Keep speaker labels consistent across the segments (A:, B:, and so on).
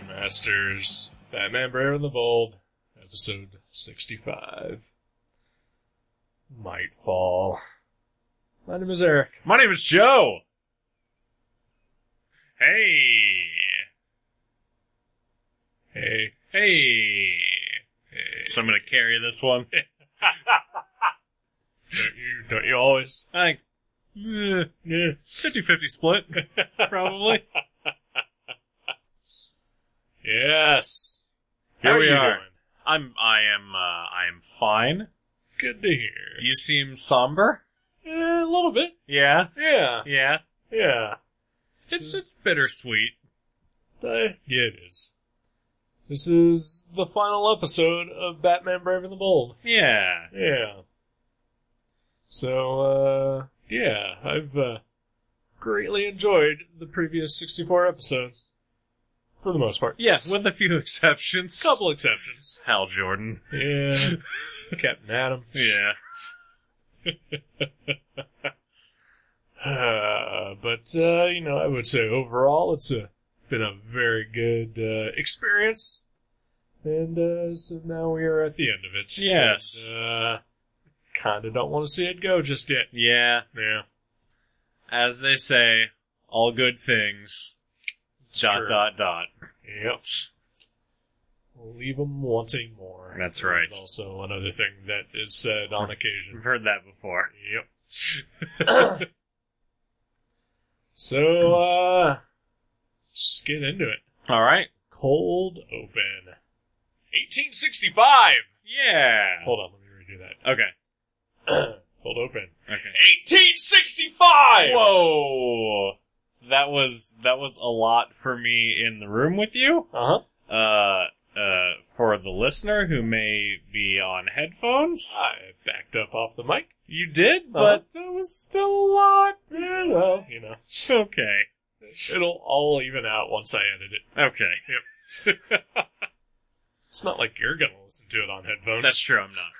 A: Masters, Batman Brave and the Bold, episode 65. Mightfall. My name is Eric.
B: My name is Joe.
A: Hey! Hey, hey! Hey.
B: So I'm gonna carry this one.
A: Don't you, don't you always?
B: I eh,
A: Yeah.
B: 50-50 split, probably.
A: Yes!
B: How
A: Here we
B: you
A: are.
B: doing? I'm I am uh, I am fine.
A: Good to hear.
B: You seem somber.
A: Yeah, a little bit.
B: Yeah,
A: Yeah,
B: yeah.
A: yeah.
B: It's it's bittersweet.
A: Uh, yeah, it is. This is the final episode of Batman Brave and the Bold.
B: Yeah.
A: Yeah. So, uh, yeah, I've, uh, greatly enjoyed the previous 64 episodes. For the most part.
B: Yes, with a few exceptions.
A: couple exceptions.
B: Hal Jordan.
A: Yeah. Captain Adam.
B: Yeah.
A: Uh, but, uh, you know, I would say overall it's a, been a very good, uh, experience. And, uh, so now we are at the end of it.
B: Yes.
A: And, uh, kinda don't want to see it go just yet.
B: Yeah.
A: Yeah.
B: As they say, all good things. Dot
A: True.
B: dot dot.
A: Yep. Leave them wanting more.
B: That's right.
A: Is also another thing that is said on
B: I've
A: occasion.
B: heard that before.
A: Yep. so, uh, let's just get into it.
B: Alright.
A: Cold open. 1865!
B: Yeah.
A: Hold on, let me redo that.
B: Okay.
A: Cold open.
B: Okay.
A: 1865!
B: Whoa. That was that was a lot for me in the room with you.
A: Uh huh.
B: Uh uh for the listener who may be on headphones.
A: I backed up off the mic.
B: you did,
A: Uh-huh.
B: but that was still a lot.
A: Yeah, well, Uh, you know,
B: Okay.
A: it'll all even out once I edit it.
B: Okay.
A: It's not like you're gonna listen to it on headphones.
B: That's true, I'm not.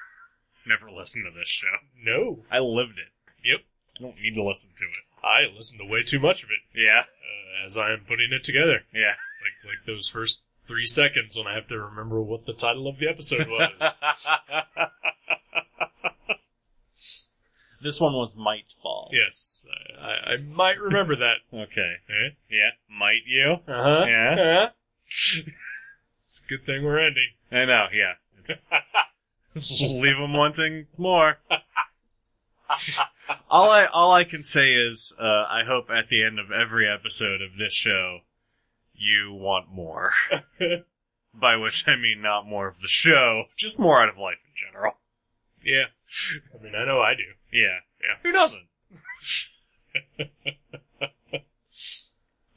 B: Never listened to this show.
A: no.
B: I lived it.
A: Yep.
B: I don't need to listen to it.
A: I listened to way too much of it
B: Yeah.
A: uh, as I am putting it together.
B: Yeah.
A: Like like those first three seconds when I have to remember what the title of the episode was.
B: this one was might fall.
A: yes, I, I, I might remember that.
B: Okay.
A: Eh?
B: Yeah. Might you?
A: Uh huh.
B: Yeah.
A: Uh-huh. it's a good thing we're ending.
B: I know. Yeah. It's leave them wanting more. all I all I can say is uh, I hope at the end of every episode of this show you want more. By which I mean not more of the show, just more out of life in general.
A: Yeah. I mean, I know I do.
B: Yeah.
A: Yeah.
B: Who doesn't?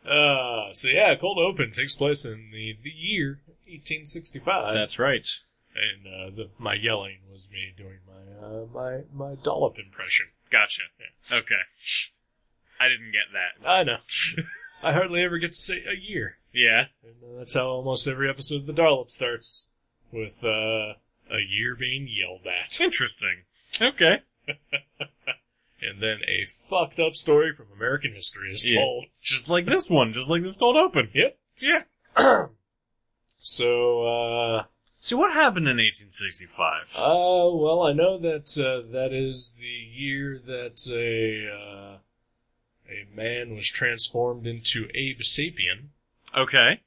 A: Uh, so yeah, Cold Open takes place in the, the year 1865.
B: right.
A: and uh, the, my yelling was me doing my uh, my my dollop impression.
B: Gotcha. Okay. I didn't get that.
A: I know. I hardly ever get to say a year,
B: Yeah.
A: and uh, that's how almost every episode of the dollop starts with uh, a year being yelled at,
B: Interesting. Okay.
A: and then a fucked up story from American history is
B: Yeah.
A: told.
B: Just like this one, just like this cold open.
A: Yep.
B: Yeah.
A: So, uh,
B: So what happened in 1865?
A: uh, well, I know that uh, that is the year that a uh, a man was transformed into Abe Sapien.
B: Okay.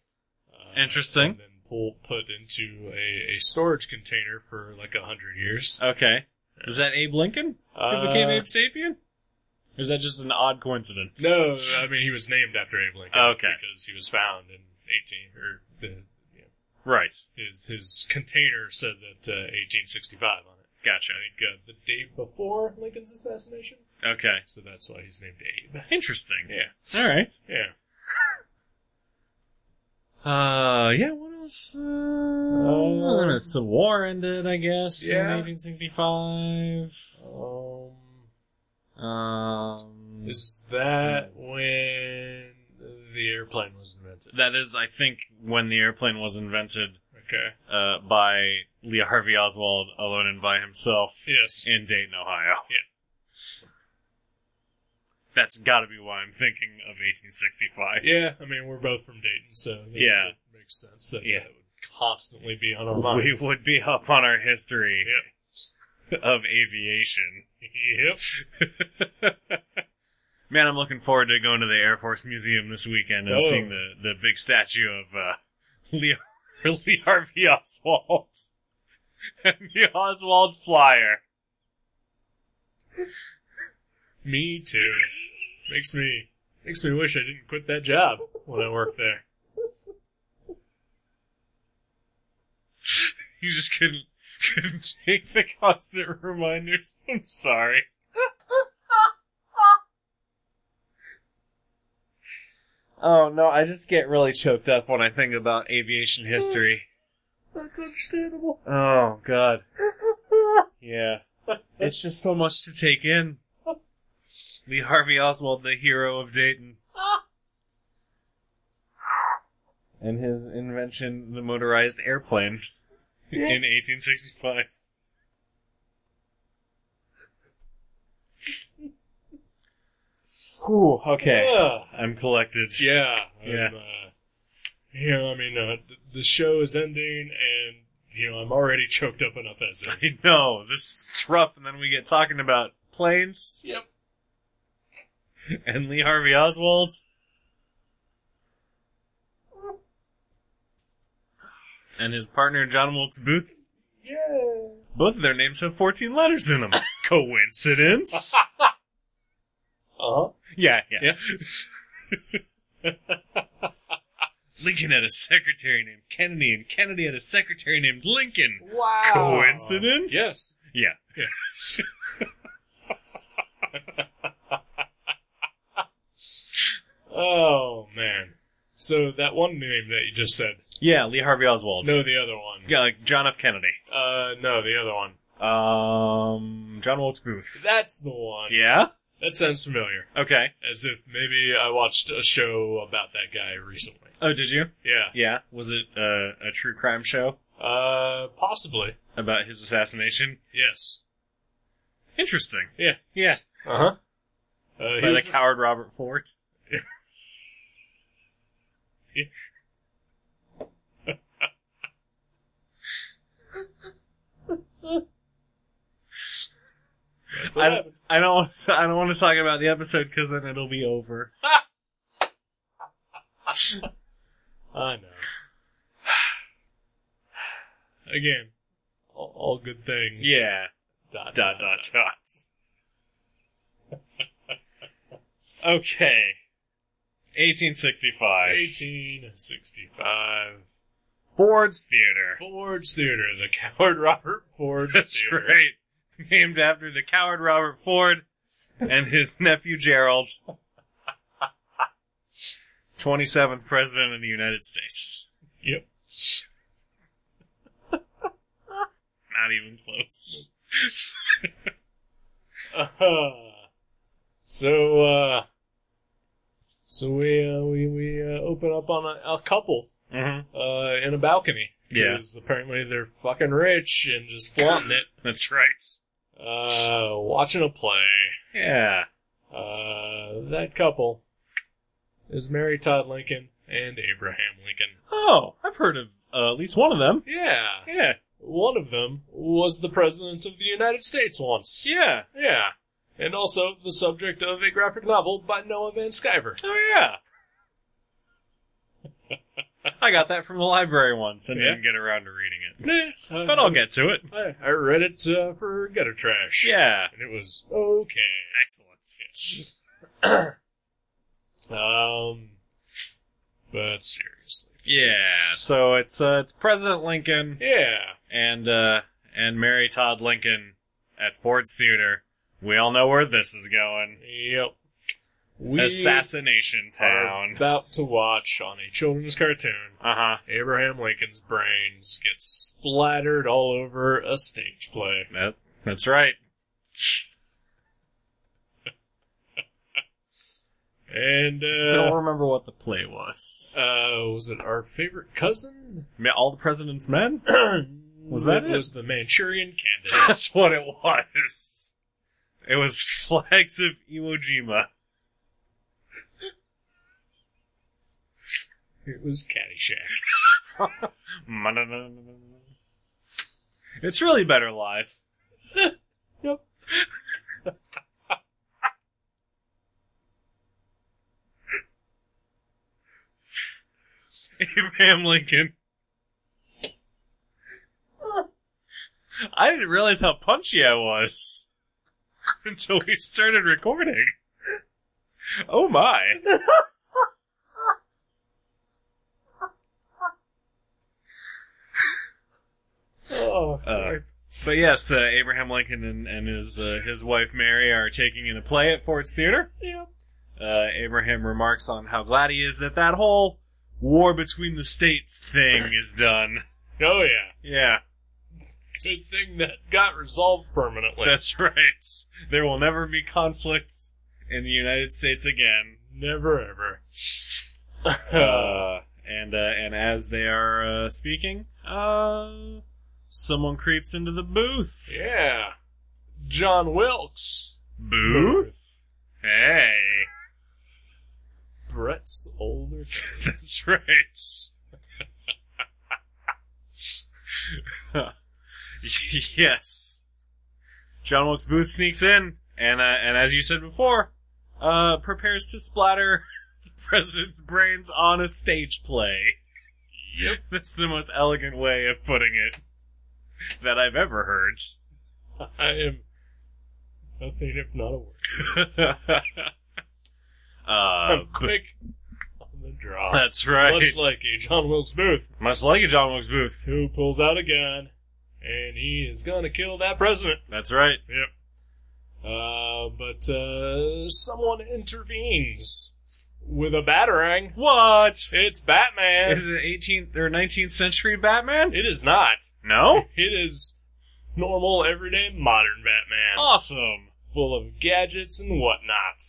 A: Uh,
B: Interesting.
A: And then pull, put into a, a storage container for like a hundred years.
B: Okay. Is that Abe Lincoln who became
A: Uh,
B: Abe Sapien? Or Is that just an odd coincidence?
A: No, I mean he was named after Abe Lincoln.
B: Oh, Okay.
A: Because he was found in eighteen or the you know,
B: Right.
A: his his container said that uh, eighteen sixty five on it.
B: Gotcha.
A: I think uh, the day before Lincoln's assassination,
B: Okay.
A: so that's why he's named Abe.
B: Interesting.
A: Yeah.
B: All right.
A: Yeah.
B: Uh, yeah. What else? Uh,
A: Um,
B: uh, the war ended, I guess.
A: yeah.
B: In 1865.
A: Um,
B: Um,
A: is that when the airplane was invented?
B: that is, I think, when the airplane was invented
A: Okay.
B: uh, by Lee Harvey Oswald alone and by himself
A: Yes.
B: in Dayton, Ohio.
A: Yeah.
B: That's got to be why I'm thinking of 1865.
A: Yeah, I mean, we're both from Dayton, so that-
B: Yeah.
A: that makes sense that
B: Yeah.
A: that would constantly be on our minds.
B: We would be up on our history of aviation.
A: Yep.
B: Man, I'm looking forward to going to the Air Force Museum this weekend and
A: Oh.
B: seeing the, the big statue of uh, Lee, Lee Harvey Oswald and the Oswald Flyer.
A: Me too. Makes me makes me wish I didn't quit that job when I worked there.
B: You just couldn't couldn't take the constant reminders. I'm sorry. oh no, I just get really choked up when I think about aviation history.
A: That's understandable.
B: Oh god. Yeah. It's just so much to take in. Lee Harvey Oswald, the hero of Dayton. And his invention, the motorized airplane, in 1865. Whew, okay.
A: Ah,
B: I'm collected.
A: yeah.
B: Yeah.
A: I'm, uh, you know, I mean, uh, th- the show is ending, and you know, I'm already choked up enough as
B: I
A: is.
B: know, this is rough, and then we get talking about planes
A: yep.
B: and Lee Harvey Oswald. And his partner, John Wilkes Booth.
A: Yeah.
B: Both of their names have 14 letters in them. Coincidence?
A: Uh huh.
B: Yeah, yeah. Lincoln had a secretary named Kennedy, and Kennedy had a secretary named Lincoln.
A: Wow.
B: Coincidence?
A: Yes.
B: Yeah.
A: Oh man. So that one name that you just said.
B: Yeah, Lee Harvey Oswald.
A: No, the other one.
B: Yeah, like John F. Kennedy.
A: Uh, no, the other one.
B: Um, John Wilkes Booth.
A: That's the one.
B: Yeah?
A: That sounds familiar.
B: Okay.
A: As if maybe I watched a show about that guy recently.
B: Oh, did you?
A: Yeah.
B: Yeah. Was it uh, a true crime show
A: Uh, possibly.
B: about his assassination?
A: Yes.
B: Interesting.
A: Yeah.
B: Yeah.
A: Uh-huh. Uh, he
B: By the
A: was a-
B: coward Robert Ford.
A: that's what
B: I-
A: happened.
B: I don't. want to- I don't want to talk about the episode because then it'll be over.
A: I know. Again, all, all good things.
B: Yeah.
A: Dot,
B: Dot dot dots. okay. 1865.
A: 1865.
B: Ford's Theater.
A: Ford's Theater, the Coward Robert Ford's
B: That's
A: Theater.
B: right. Named after the coward Robert Ford and his nephew Gerald. 27th President of the United States.
A: Yep.
B: Not even close.
A: Uh-huh. So, uh, so we, uh, we, we, uh, open up on a, a couple,
B: Mm-hmm.
A: uh, in a balcony.
B: Yeah.
A: Because apparently they're fucking rich and just flaunting it.
B: That's right.
A: Uh, watching a play.
B: Yeah.
A: Uh, that couple is Mary Todd Lincoln and Abraham Lincoln.
B: Oh, I've heard of uh, at least one of them.
A: Yeah.
B: Yeah.
A: One of them was the President of the United States once.
B: Yeah.
A: Yeah. And also the subject of a graphic novel by Noah Van Sciver.
B: Oh, yeah. I got that from the library once and
A: Yeah.
B: didn't get around to reading it.
A: Nah, I-
B: But I'll get to it.
A: I, I read it uh, for gutter trash.
B: Yeah.
A: And it was okay.
B: Excellent.
A: Um, but seriously.
B: Yeah. So it's uh, it's President Lincoln
A: Yeah.
B: and uh, and Mary Todd Lincoln at Ford's Theater. We all know where this is going.
A: Yep. We
B: Assassination
A: are
B: Town.
A: about to watch on a children's cartoon
B: Uh huh.
A: Abraham Lincoln's brains get splattered all over a stage play.
B: That, that's right.
A: And,
B: Don't
A: uh,
B: remember what the play was.
A: uh, was it our favorite cousin?
B: Ma- All the President's Men.
A: was
B: that it?
A: was the Manchurian Candidate.
B: That's what it was. It was Flags of Iwo Jima.
A: It was Caddyshack.
B: It's really better live.
A: Yep.
B: Abraham Lincoln. I didn't realize how punchy I was until we started recording. Oh my.
A: Oh,
B: Uh, But yes, uh, Abraham Lincoln and, and his uh, his wife Mary are taking in a play at Ford's Theater.
A: yeah.
B: Uh, Abraham remarks on how glad he is that that whole war between the states thing is done.
A: Oh, yeah.
B: Yeah,
A: Good thing that got resolved permanently.
B: that's right. There will never be conflicts in the United States again.
A: Never ever.
B: Uh, and uh, and as they are uh, speaking, uh, someone creeps into the booth.
A: yeah. John Wilkes.
B: Booth. Hey,
A: Brett's older.
B: that's right. yes. John Wilkes Booth sneaks in, and uh, and as you said before, uh, prepares to splatter the president's brains on a stage play.
A: Yep.
B: That's the most elegant way of putting it that I've ever heard.
A: I am nothing if not a word.
B: uh,
A: I'm quick on the draw.
B: Um, that's right.
A: Much like a John Wilkes Booth,
B: much like a John Wilkes Booth.
A: who pulls out a gun, and he is gonna kill that president.
B: That's right.
A: Uh, but uh, someone intervenes with a batarang.
B: What?
A: It's Batman.
B: Is it 18th or 19th century Batman?
A: It is not.
B: No.
A: It is normal, everyday, modern Batman.
B: Awesome.
A: Full of gadgets and whatnot.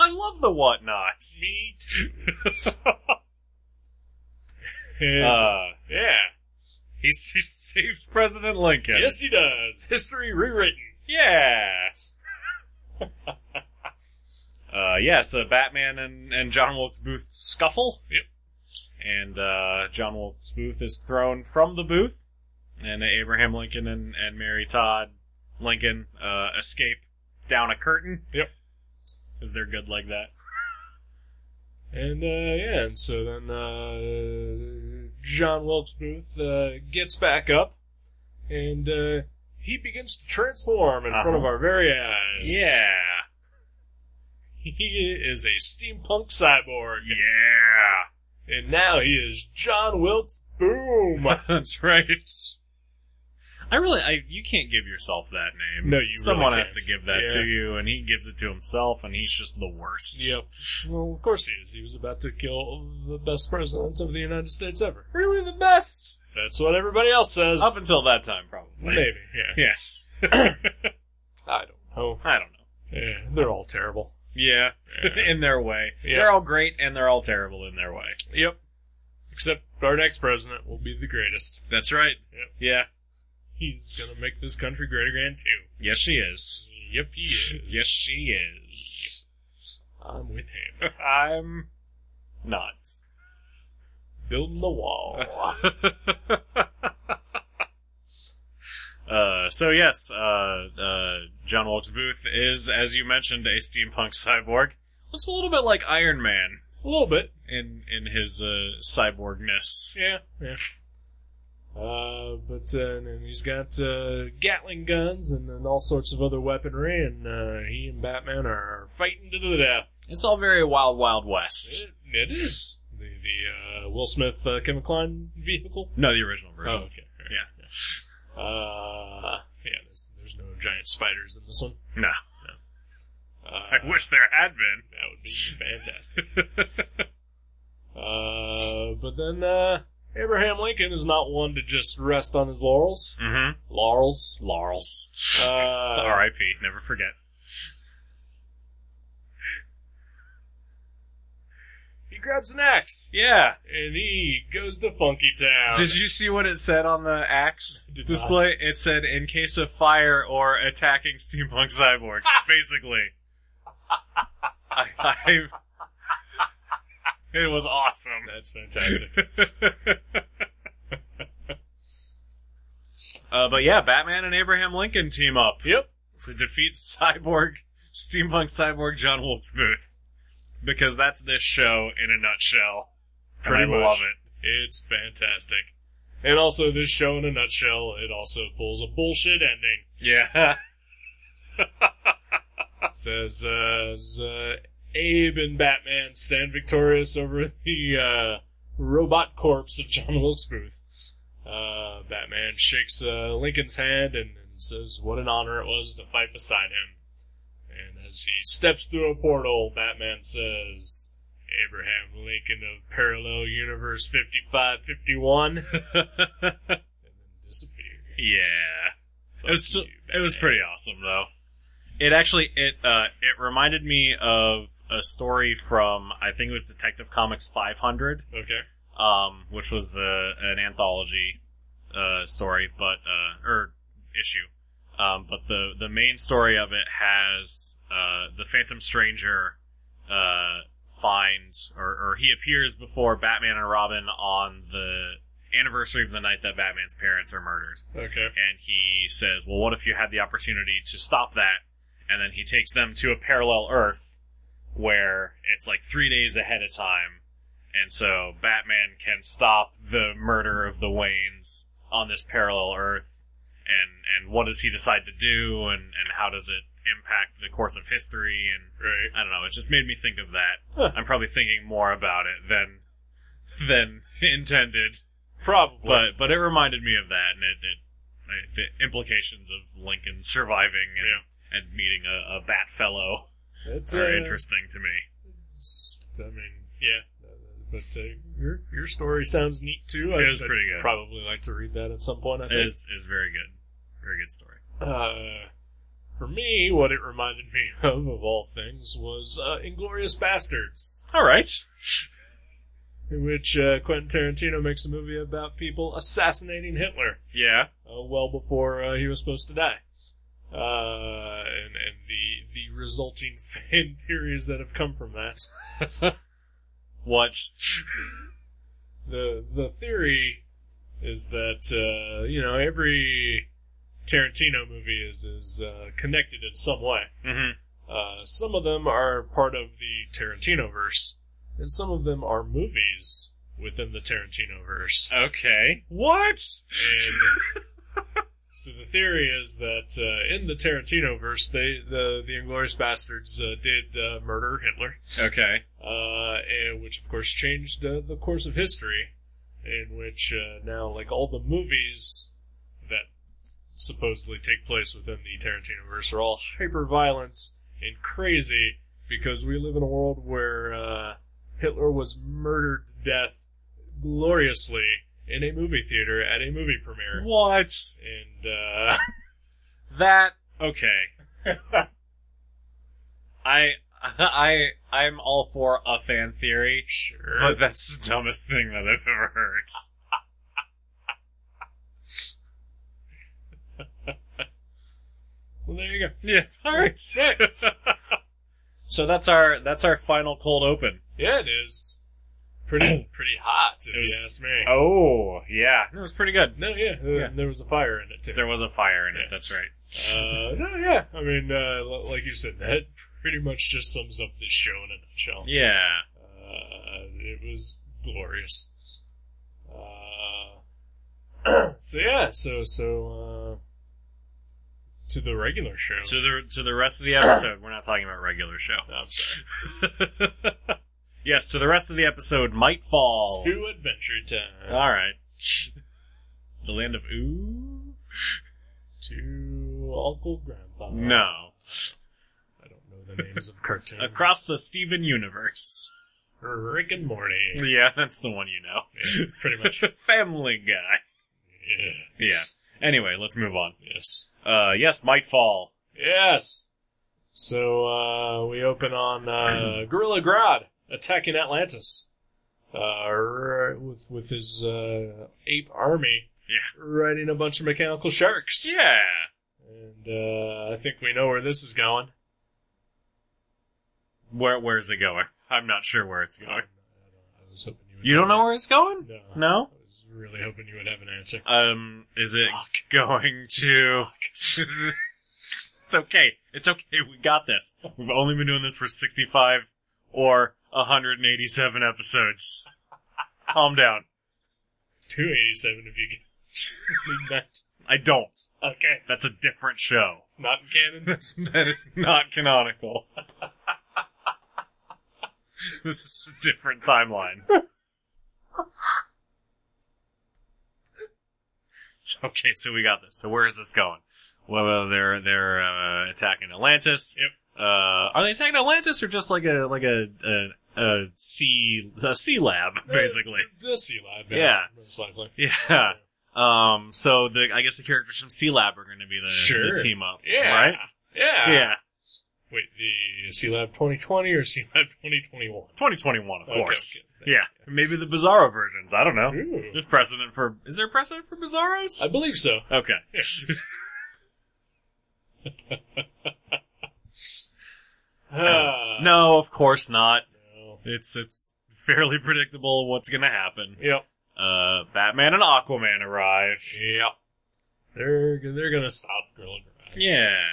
B: I love the whatnots.
A: Me too. And,
B: Uh,
A: yeah.
B: he, he saves President Lincoln.
A: Yes, he does. History rewritten.
B: Yes. uh, yes, uh, Batman and, and John Wilkes Booth scuffle.
A: Yep.
B: And uh, John Wilkes Booth is thrown from the booth, and Abraham Lincoln and, and Mary Todd Lincoln uh, escape down a curtain.
A: Yep.
B: Because they're good like that.
A: And uh, yeah, and so then uh, John Wilkes Booth uh, gets back up, and uh, he begins to transform in front of
B: Uh-huh.
A: our very eyes.
B: Yeah.
A: he is a steampunk cyborg,
B: Yeah.
A: and now he is John Wilkes Boom.
B: That's right. I really, I you can't give yourself that name.
A: No, you
B: Someone
A: really
B: has to
A: can't.
B: give that
A: Yeah.
B: to you, and he gives it to himself, and he's just the worst.
A: yep. Well, of course he is. He was about to kill the best president of the United States ever.
B: really the best.
A: That's what everybody else says.
B: Up until that time, probably.
A: Maybe. Yeah. I don't know.
B: I don't know.
A: Yeah, they're all terrible.
B: Yeah, in their way.
A: Yeah.
B: They're all great and they're all terrible in their way.
A: Yep. Except our next president will be the greatest.
B: That's right.
A: Yep.
B: Yeah.
A: He's gonna make this country great again too.
B: Yes, she is.
A: Yep, he is.
B: Yes, she is.
A: I'm with him.
B: I'm not.
A: Building the wall.
B: Uh, so yes, uh, uh, John Wilkes Booth is, as you mentioned, a steampunk cyborg. Looks a little bit like Iron Man
A: A little bit.
B: in in his uh, cyborgness.
A: Yeah. Yeah. Uh, but uh, and he's got uh, Gatling guns and, and all sorts of other weaponry, and uh, he and Batman are fighting to the death.
B: It's all very wild, wild west.
A: It, it is the the uh, Will Smith uh, Kevin Kline vehicle.
B: No, the original version.
A: Oh, okay. Yeah. Uh, yeah, there's, there's no giant spiders in this one.
B: No,
A: Uh,
B: I wish there had
A: That would be
B: been.
A: fantastic. uh, but then, uh, Abraham Lincoln is not one to just rest on his laurels.
B: Mm-hmm.
A: Laurels.
B: Laurels.
A: Uh,
B: R.I.P. Never forget.
A: He grabs an axe
B: Yeah.
A: and he goes to Funky Town.
B: Did you see what it said on the axe
A: Did
B: display? It said, "In case of fire or attacking steampunk cyborg." basically. I, I, It was awesome.
A: That's fantastic.
B: uh, but yeah, Batman and Abraham Lincoln team up
A: yep.
B: to defeat Cyborg, Steampunk Cyborg John Wilkes-Booth. Because that's this show in a nutshell. And
A: Pretty
B: I
A: much.
B: love it.
A: It's fantastic. And also, this show in a nutshell, it also pulls a bullshit ending.
B: Yeah.
A: Says, uh, as, uh, Abe and Batman stand victorious over the, uh, robot corpse of John Wilkes Booth. Uh, Batman shakes, uh, Lincoln's hand and, and says what an honor it was to fight beside him. And as he steps through a portal, Batman says, Abraham Lincoln of Parallel Universe 5551, and then disappears.
B: yeah. It was
A: Fuck
B: still,
A: you,
B: it was
A: Batman.
B: pretty awesome though. It actually it uh it reminded me of a story from I think it was Detective Comics 500,
A: Okay.
B: um, which was uh, an anthology uh story, but uh or issue. Um, but the the main story of it has uh the Phantom Stranger uh finds or or he appears before Batman and Robin on the anniversary of the night that Batman's parents are murdered
A: Okay.
B: and he says, "Well, what if you had the opportunity to stop that?" And then he takes them to a parallel Earth where it's like three days ahead of time, and so Batman can stop the murder of the Waynes on this parallel Earth. And and what does he decide to do, and and how does it impact the course of history? And
A: Right.
B: I don't know. It just made me think of that.
A: Huh.
B: I'm probably thinking more about it than than intended.
A: Probably.
B: But but it reminded me of that, and it, it, it the implications of Lincoln surviving and, and meeting a, a bat fellow
A: That's
B: are
A: uh,
B: interesting to me.
A: it's- I mean, yeah. But uh, your your story sounds neat too.
B: It
A: I-
B: was
A: I'd
B: pretty good.
A: Probably like to read that at some point. I think.
B: Is is very good, very good story.
A: Uh, for me, what it reminded me of, of all things, was uh, *Inglorious Bastards*,
B: All right,
A: in which uh, Quentin Tarantino makes a movie about people assassinating Hitler.
B: yeah,
A: uh, well before uh, he was supposed to die. Uh, and, and the, the resulting fan theories that have come from that.
B: what?
A: The, the theory is that, uh, you know, every Tarantino movie is, is, uh, connected in some way.
B: mm-hmm.
A: Uh, some of them are part of the Tarantino verse, and some of them are movies within the Tarantino verse.
B: Okay, what?
A: And so the theory is that uh, in the Tarantino verse, they the the Inglorious Bastards uh, did uh, murder Hitler,
B: Okay,
A: uh, and which of course changed uh, the course of history, in which uh, now like all the movies that s- supposedly take place within the Tarantino verse are all hyper violent and crazy because we live in a world where uh, Hitler was murdered to death gloriously in a movie theater at a movie premiere.
B: what?
A: And uh,
B: That okay. I I I'm all for a fan theory.
A: sure,
B: But that's the dumbest thing that I've ever heard.
A: well, there you go.
B: Yeah. All right. so that's our that's our final cold open.
A: Yeah, it is pretty pretty hot if
B: It was-
A: you ask me.
B: Oh yeah, that was pretty good.
A: No, yeah, uh,
B: Yeah.
A: there was a fire in it too.
B: There was a fire in it.
A: Yeah.
B: That's right.
A: Uh, no, yeah, I mean, uh, l- like you said, that pretty much just sums up this show in a nutshell.
B: Yeah.
A: Uh, it was glorious. Uh, so yeah, so so uh, to the regular show.
B: To the to the rest of the episode, we're not talking about regular show.
A: No, I'm sorry.
B: yes, to the rest of the episode might fall.
A: To adventure time.
B: All right. The land of ooh.
A: to Uncle Grandpa.
B: No,
A: I don't know the names of cartoons.
B: across the Steven universe.
A: Rick and Morty.
B: Yeah, that's the one you know.
A: Yeah, pretty much.
B: Family Guy.
A: Yeah.
B: Yeah. Anyway, let's move on.
A: Yes.
B: Uh, yes, Might Fall.
A: Yes. So uh, we open on uh, Gorilla Grodd attacking Atlantis uh, r- with with his uh, ape army,
B: Yeah.
A: riding a bunch of mechanical sharks.
B: Yeah.
A: And uh, I think we know where this is going.
B: Where Where's it going? I'm not sure where it's
A: I
B: going.
A: don't was hoping you would.
B: You don't know where it's going?
A: No.
B: No?
A: I was really hoping you would have an answer.
B: Um, is it going to? it's okay. It's okay. We got this. We've only been doing this for 65 or 187 episodes. Calm down.
A: 287 if you get. Midnight.
B: I don't.
A: okay.
B: That's a different show.
A: It's not in canon.
B: That's, that is not canonical. this is a different timeline. It's okay, so we got this. So where is this going? Well, they're they're uh, attacking Atlantis.
A: Yep.
B: Uh, are they attacking Atlantis or just like a like a a, a sea a sea lab basically?
A: The sea lab.
B: Yeah.
A: Most likely.
B: Yeah. Um. So the I guess the characters from Sea Lab are going to be the,
A: Sure.
B: the team up.
A: Yeah.
B: Right.
A: Yeah.
B: yeah.
A: Wait, the Sea Lab 2020 or Sea Lab 2021?
B: 2021, of
A: Okay,
B: course.
A: okay,
B: yeah.
A: thanks,
B: Maybe the Bizarro versions. I don't know.
A: Ooh.
B: There's precedent for. Is there precedent for Bizarros?
A: I believe so.
B: okay.
A: Yeah. Ah,
B: no, of course not.
A: no.
B: It's it's fairly predictable what's gonna happen.
A: Yep.
B: Uh, Batman and Aquaman arrive.
A: Yep. They're they're gonna stop grilling around.
B: Yeah.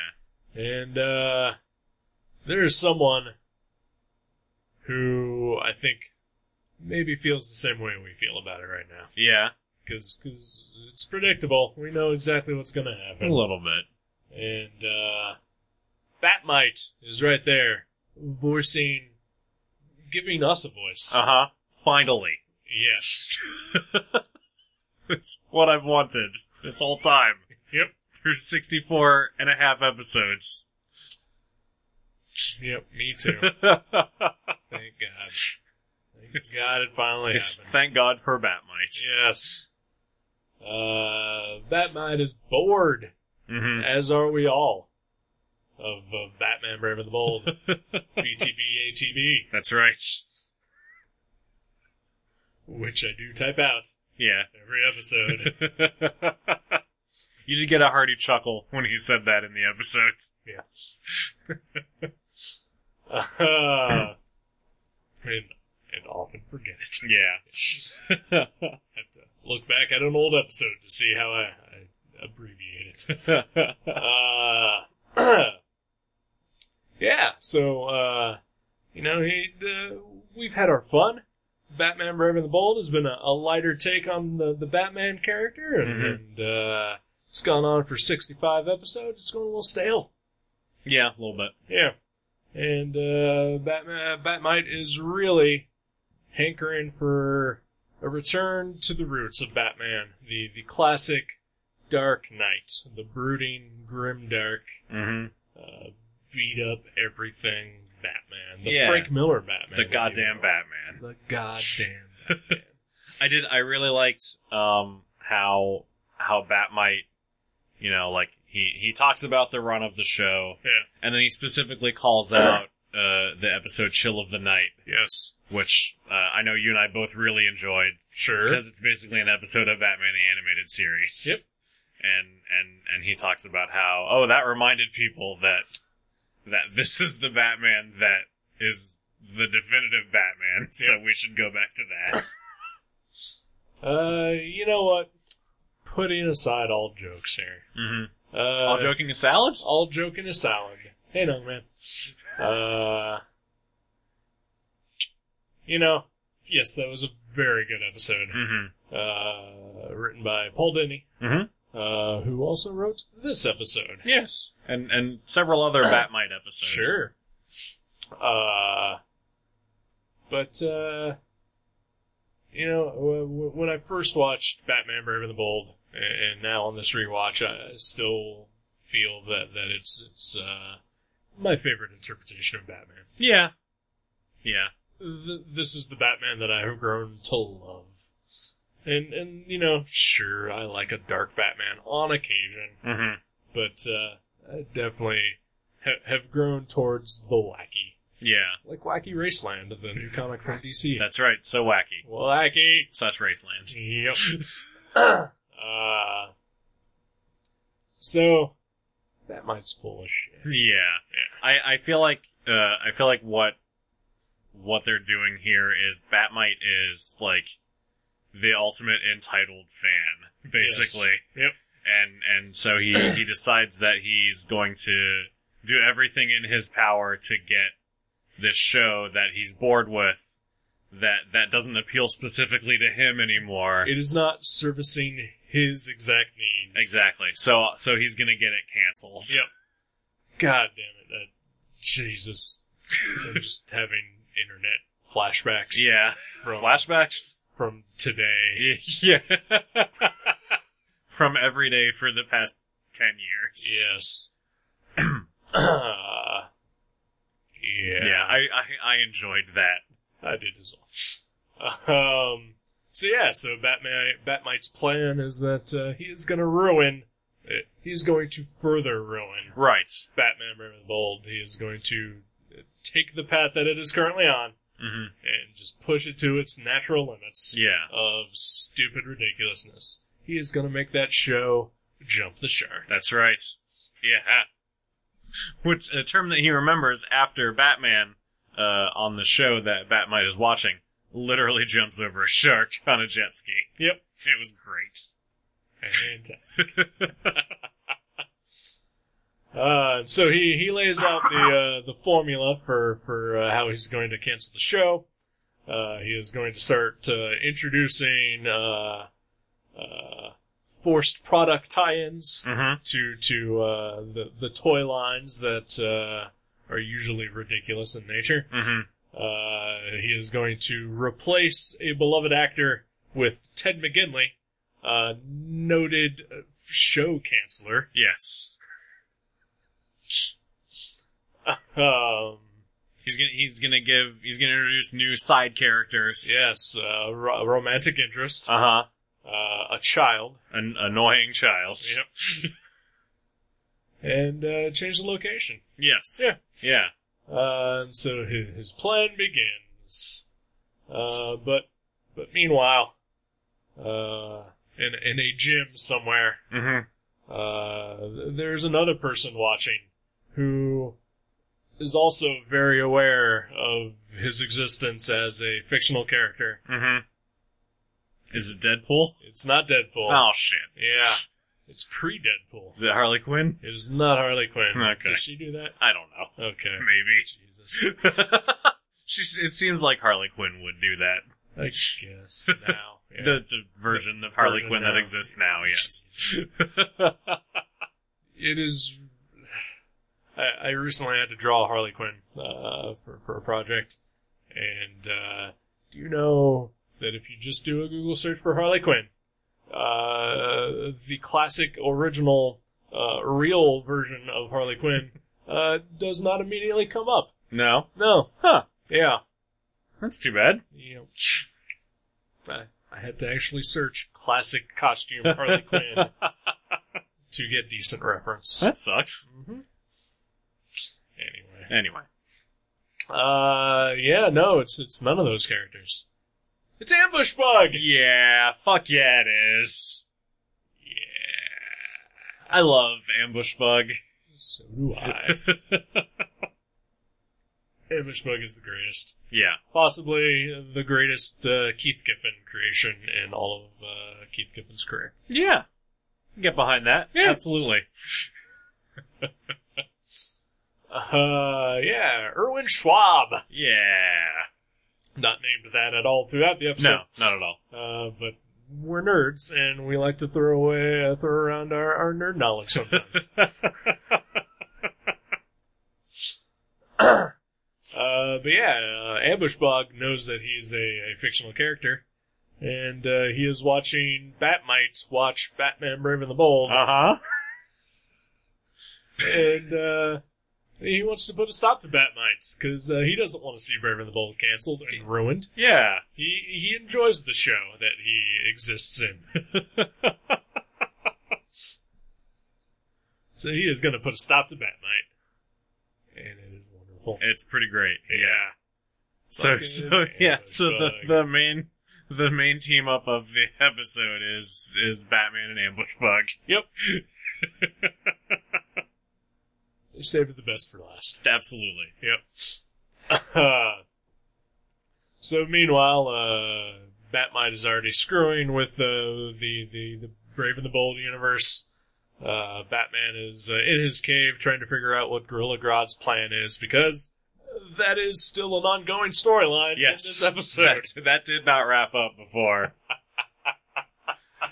A: And uh, there's someone who I think maybe feels the same way we feel about it right now.
B: Yeah.
A: Because it's predictable. We know exactly what's going to
B: A
A: happen.
B: little bit.
A: And uh, Batmite is right there, voicing, giving us a voice.
B: Uh huh. Finally.
A: yes.
B: It's what I've wanted this whole time.
A: Yep.
B: For 64 and a half episodes.
A: Yep, me too. Thank God. Thank God it finally
B: It's-
A: happened.
B: thank God for Batmite.
A: Yes. Uh, Batmite is bored.
B: Mm-hmm.
A: as are we all, of, of Batman Brave and the Bold, BTB ATB,
B: That's right.
A: which I do type out
B: Yeah.
A: every episode.
B: you did get a hearty chuckle when he said that in the episodes.
A: yes. uh, and, and often forget it.
B: Yeah.
A: have to look back at an old episode to see how I, I abbreviate it. Uh, yeah, so, uh, you know, he, uh, we've had our fun. Batman Brave and the Bold has been a, a lighter take on the, the Batman character, and, and uh, it's gone on for 65 episodes. It's going a little stale.
B: yeah, a little bit.
A: Yeah. And uh, Batman, Batmite is really hankering for a return to the roots of Batman, the the classic Dark Knight, the brooding, grim, dark,
B: Mm-hmm.
A: uh, beat up everything Batman, the
B: Yeah.
A: Frank Miller Batman,
B: The
A: if you
B: goddamn
A: will.
B: Batman.
A: the goddamn Batman.
B: I did. I really liked um how how Batmite, you know, like he he talks about the run of the show,
A: yeah,
B: and then he specifically calls out uh the episode "Chill of the Night,"
A: yes,
B: which uh, I know you and I both really enjoyed.
A: sure,
B: because it's basically an episode of Batman the animated series.
A: Yep.
B: And and and he talks about how oh that reminded people that that this is the Batman that is the definitive Batman, so we should go back to that.
A: Uh, you know what? Putting aside all jokes here,
B: mm-hmm.
A: uh,
B: All joking aside.
A: all joking aside. Hey, young man. Uh, you know, yes, that was a very good episode.
B: Mm-hmm.
A: Uh, written by Paul Denny,
B: Mm-hmm.
A: uh, who also wrote this episode.
B: Yes. And and several other Batmite episodes.
A: Sure. Uh, but uh, you know, w- w- when I first watched Batman: Brave and the Bold, a- and now on this rewatch, I still feel that that it's it's uh, my favorite interpretation of Batman.
B: Yeah. Yeah.
A: Th- this is the Batman that I have grown to love. And and you know, sure, I like a dark Batman on occasion,
B: Mm-hmm.
A: but uh, I definitely ha- have grown towards the wacky
B: Yeah.
A: like Wacky Raceland, the new comic from DC.
B: That's right. So wacky.
A: wacky.
B: Such Raceland.
A: Yep. uh, so that might's full of shit.
B: Yeah. I, I feel like uh, I feel like what what they're doing here is Batmite is like the ultimate entitled fan, basically.
A: Yep.
B: And and so he he decides that he's going to do everything in his power to get this show that he's bored with that that doesn't appeal specifically to him anymore.
A: It is not servicing his exact needs.
B: exactly. So so he's going to get it canceled.
A: Yep. God damn it. That, Jesus. I'm just having internet flashbacks
B: Yeah.
A: from,
B: Flashbacks.
A: from today.
B: Yeah. From every day for the past 10 years.
A: Yes. Uh, yeah.
B: Yeah, I, I, I enjoyed that.
A: I did as well. Um, so yeah, so Batman, Batmite's plan is that uh, he is going to ruin. uh, He's going to further ruin
B: Right.
A: Batman Brave and the Bold. He is going to uh, take the path that it is currently on
B: Mm-hmm.
A: and just push it to its natural limits
B: Yeah,
A: of stupid ridiculousness. He is going to make that show jump the shark.
B: that's right. Yeah. Which, a term that he remembers after Batman, uh, on the show that Batmite is watching, literally jumps over a shark on a jet ski.
A: Yep.
B: It was great.
A: Fantastic. uh, so he, he lays out the uh, the formula for for uh, how he's going to cancel the show. Uh, he is going to start uh, introducing uh, uh, forced product tie-ins
B: Mm-hmm.
A: to to uh, the the toy lines that uh, are usually ridiculous in nature.
B: Mm-hmm.
A: Uh, he is going to replace a beloved actor with Ted McGinley, uh, noted uh, show canceller.
B: Yes.
A: Um,
B: He's gonna, he's gonna give, he's gonna introduce new side characters.
A: yes, uh, ro- romantic interest, uh,
B: Uh huh.
A: a child,
B: An annoying child.
A: Yep. and uh, change the location.
B: Yes.
A: Yeah.
B: Yeah.
A: Uh, and so his, his plan begins. Uh, but but meanwhile, uh, in in a gym somewhere.
B: Mm-hmm.
A: Uh, th- there's another person watching who is also very aware of his existence as a fictional character.
B: Mm-hmm. Is it Deadpool?
A: It's not Deadpool.
B: Mm-hmm. Oh shit.
A: Yeah. It's pre Deadpool.
B: Is it Harley Quinn?
A: It is not Harley Quinn.
B: Okay.
A: Did she do that?
B: I don't know.
A: Okay.
B: Maybe.
A: Jesus.
B: She's, it seems like Harley Quinn would do that.
A: I guess now. Yeah.
B: The, the version of Harley
A: version
B: Quinn
A: now.
B: that exists now, yes.
A: it is. I, I recently had to draw Harley Quinn uh, for for a project, and uh, do you know that if you just do a Google search for Harley Quinn, uh, the classic original uh, real version of Harley Quinn uh, does not immediately come up.
B: No?
A: No,
B: Huh.
A: yeah,
B: That's too bad.
A: you know, I, I had to actually search classic costume Harley Quinn to get decent reference. Mm-hmm.
B: That sucks.
A: Anyway.
B: Anyway.
A: Uh, yeah, no, it's it's none of those characters. It's Ambush Bug.
B: Yeah, fuck yeah it is. Yeah. I love Ambush Bug.
A: So do I. Ambush Bug is the greatest,
B: yeah.
A: possibly the greatest uh, Keith Giffen creation in all of uh, Keith Giffen's career.
B: Yeah. Get behind that.
A: Yeah.
B: Absolutely.
A: Uh, yeah, Erwin Schwab.
B: Yeah.
A: Not named that at all throughout the episode.
B: No, not at all.
A: Uh, but we're nerds, and we like to throw away, uh, throw around our, our nerd knowledge sometimes. uh, but yeah, uh, Ambush Bog knows that he's a, a fictional character, and uh, he is watching Batmites watch Batman Brave and the Bold,
B: Uh huh.
A: and uh, he wants to put a stop to Batmites because uh, he doesn't want to see Brave and the Bold canceled and ruined.
B: Yeah.
A: He he enjoys the show that he exists in. so he is going to put a stop to Batmite, and it is wonderful.
B: It's pretty great. Yeah. So
A: Fucking
B: so yeah.
A: Ambush
B: So the
A: Bug.
B: the main the main team up of the episode is is Batman and Ambush Bug.
A: They saved the best for last.
B: Absolutely.
A: Yep. So meanwhile, uh, Batmite is already screwing with uh, the, the the Brave and the Bold universe. Uh, Batman is uh, in his cave trying to figure out what Gorilla Grodd's plan is because that is still an ongoing storyline in
B: Yes.
A: this episode.
B: That, that did not wrap up before.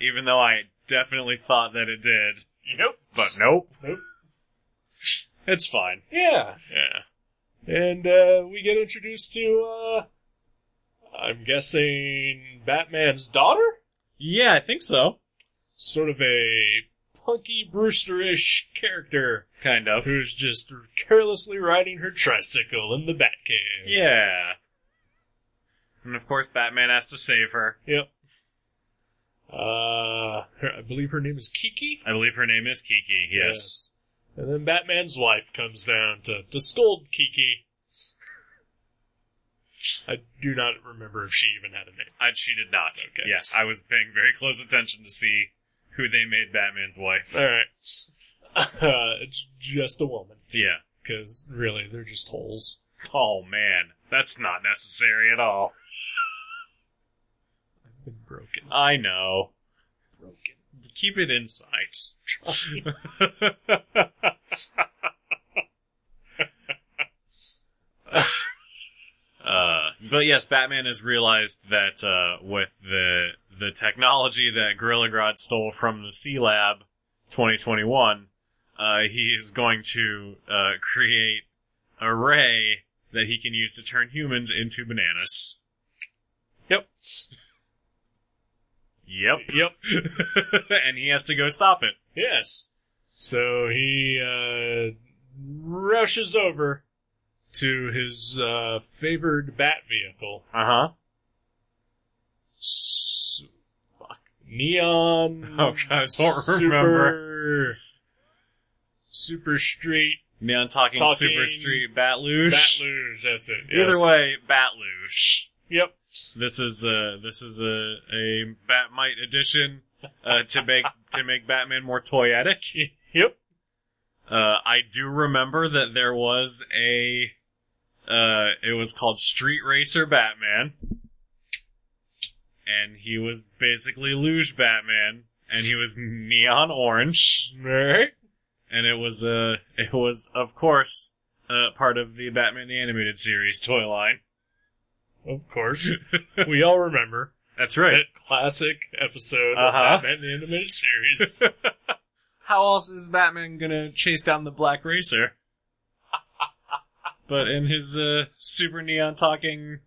B: Even though I definitely thought that it did.
A: Yep.
B: But nope.
A: Nope.
B: It's fine.
A: Yeah.
B: Yeah.
A: And uh, we get introduced to, uh, I'm guessing, Batman's daughter?
B: Yeah, I think so.
A: Sort of a punky Brewster-ish character
B: Kind of.
A: who's just carelessly riding her tricycle in the Batcave.
B: Yeah. And of course, Batman has to save her.
A: Yep. Uh, her- I believe her name is Kiki?
B: I believe her name is Kiki. Yes.
A: And then Batman's wife comes down to, to scold Kiki. I do not remember if she even had a name.
B: I, she did not.
A: Okay.
B: Yes. I was paying very close attention to see who they made Batman's wife.
A: All right. Uh, it's just a woman,
B: Yeah.
A: because really they're just holes.
B: Oh man, that's not necessary at all.
A: I've been broken.
B: I know.
A: Broken.
B: Keep it inside. Uh, but yes, Batman has realized that uh, with the the technology that Gorilla Grodd stole from the C Lab 2021, uh, he is going to uh, create a ray that he can use to turn humans into bananas.
A: Yep.
B: Yep.
A: Yep.
B: and he has to go stop it.
A: Yes. So he uh, rushes over to his uh, favored bat vehicle.
B: Uh huh.
A: S- fuck. Neon.
B: Oh, God, I don't remember.
A: Super Street
B: Neon talking,
A: Talking
B: Super Street Batluge.
A: Batluge. That's it. yes.
B: Either way, Batluge.
A: Yep.
B: This is uh this is a a Batmite edition uh, to make to make Batman more toyetic.
A: Yep.
B: Uh, I do remember that there was a uh it was called Street Racer Batman, and he was basically Luge Batman, and he was neon orange,
A: All right.
B: and it was uh it was of course uh part of the Batman the Animated Series toy line.
A: Of course. we all remember
B: That's right.
A: that classic episode
B: Uh-huh.
A: of Batman the Animated Series.
B: How else is Batman gonna chase down the Black Racer? but in his uh, super neon talking,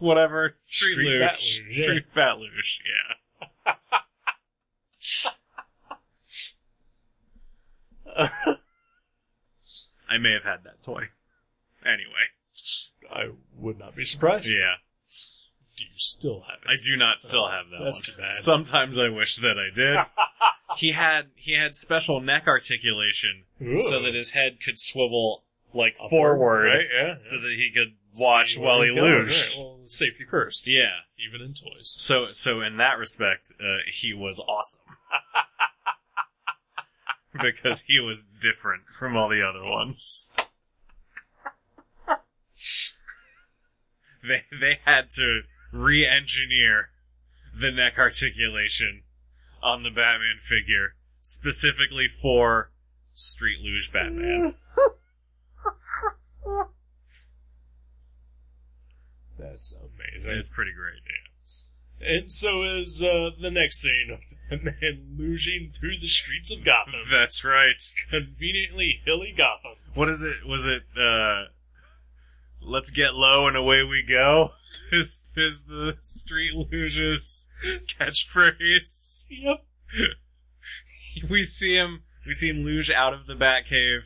B: whatever street,
A: Street
B: luge,
A: Batluge, yeah.
B: street fat luge, yeah. I may have had that toy. Anyway,
A: I would not be surprised.
B: yeah,
A: Do you still have it?
B: I do not still have that
A: That's
B: one.
A: too bad.
B: Sometimes I wish that I did. he had he had special neck articulation
A: Ooh.
B: so that his head could swivel like
A: Upward,
B: forward,
A: right? Yeah.
B: so
A: yeah.
B: that he could watch
A: See
B: while
A: where
B: he
A: you're going.
B: loosed.
A: All right, well, safety first,
B: yeah.
A: even in toys.
B: So so in that respect, uh, he was awesome because he was different from all the other ones. They they had to re-engineer the neck articulation on the Batman figure specifically for Street Luge Batman.
A: That's amazing.
B: It's pretty great.
A: and so is uh, the next scene of Batman luging through the streets of Gotham,
B: That's right.
A: conveniently hilly Gotham.
B: What is it? Was it, uh, let's get low and away we go? Is, is the street luges catchphrase?
A: Yep.
B: We see him, we see him luge out of the Batcave,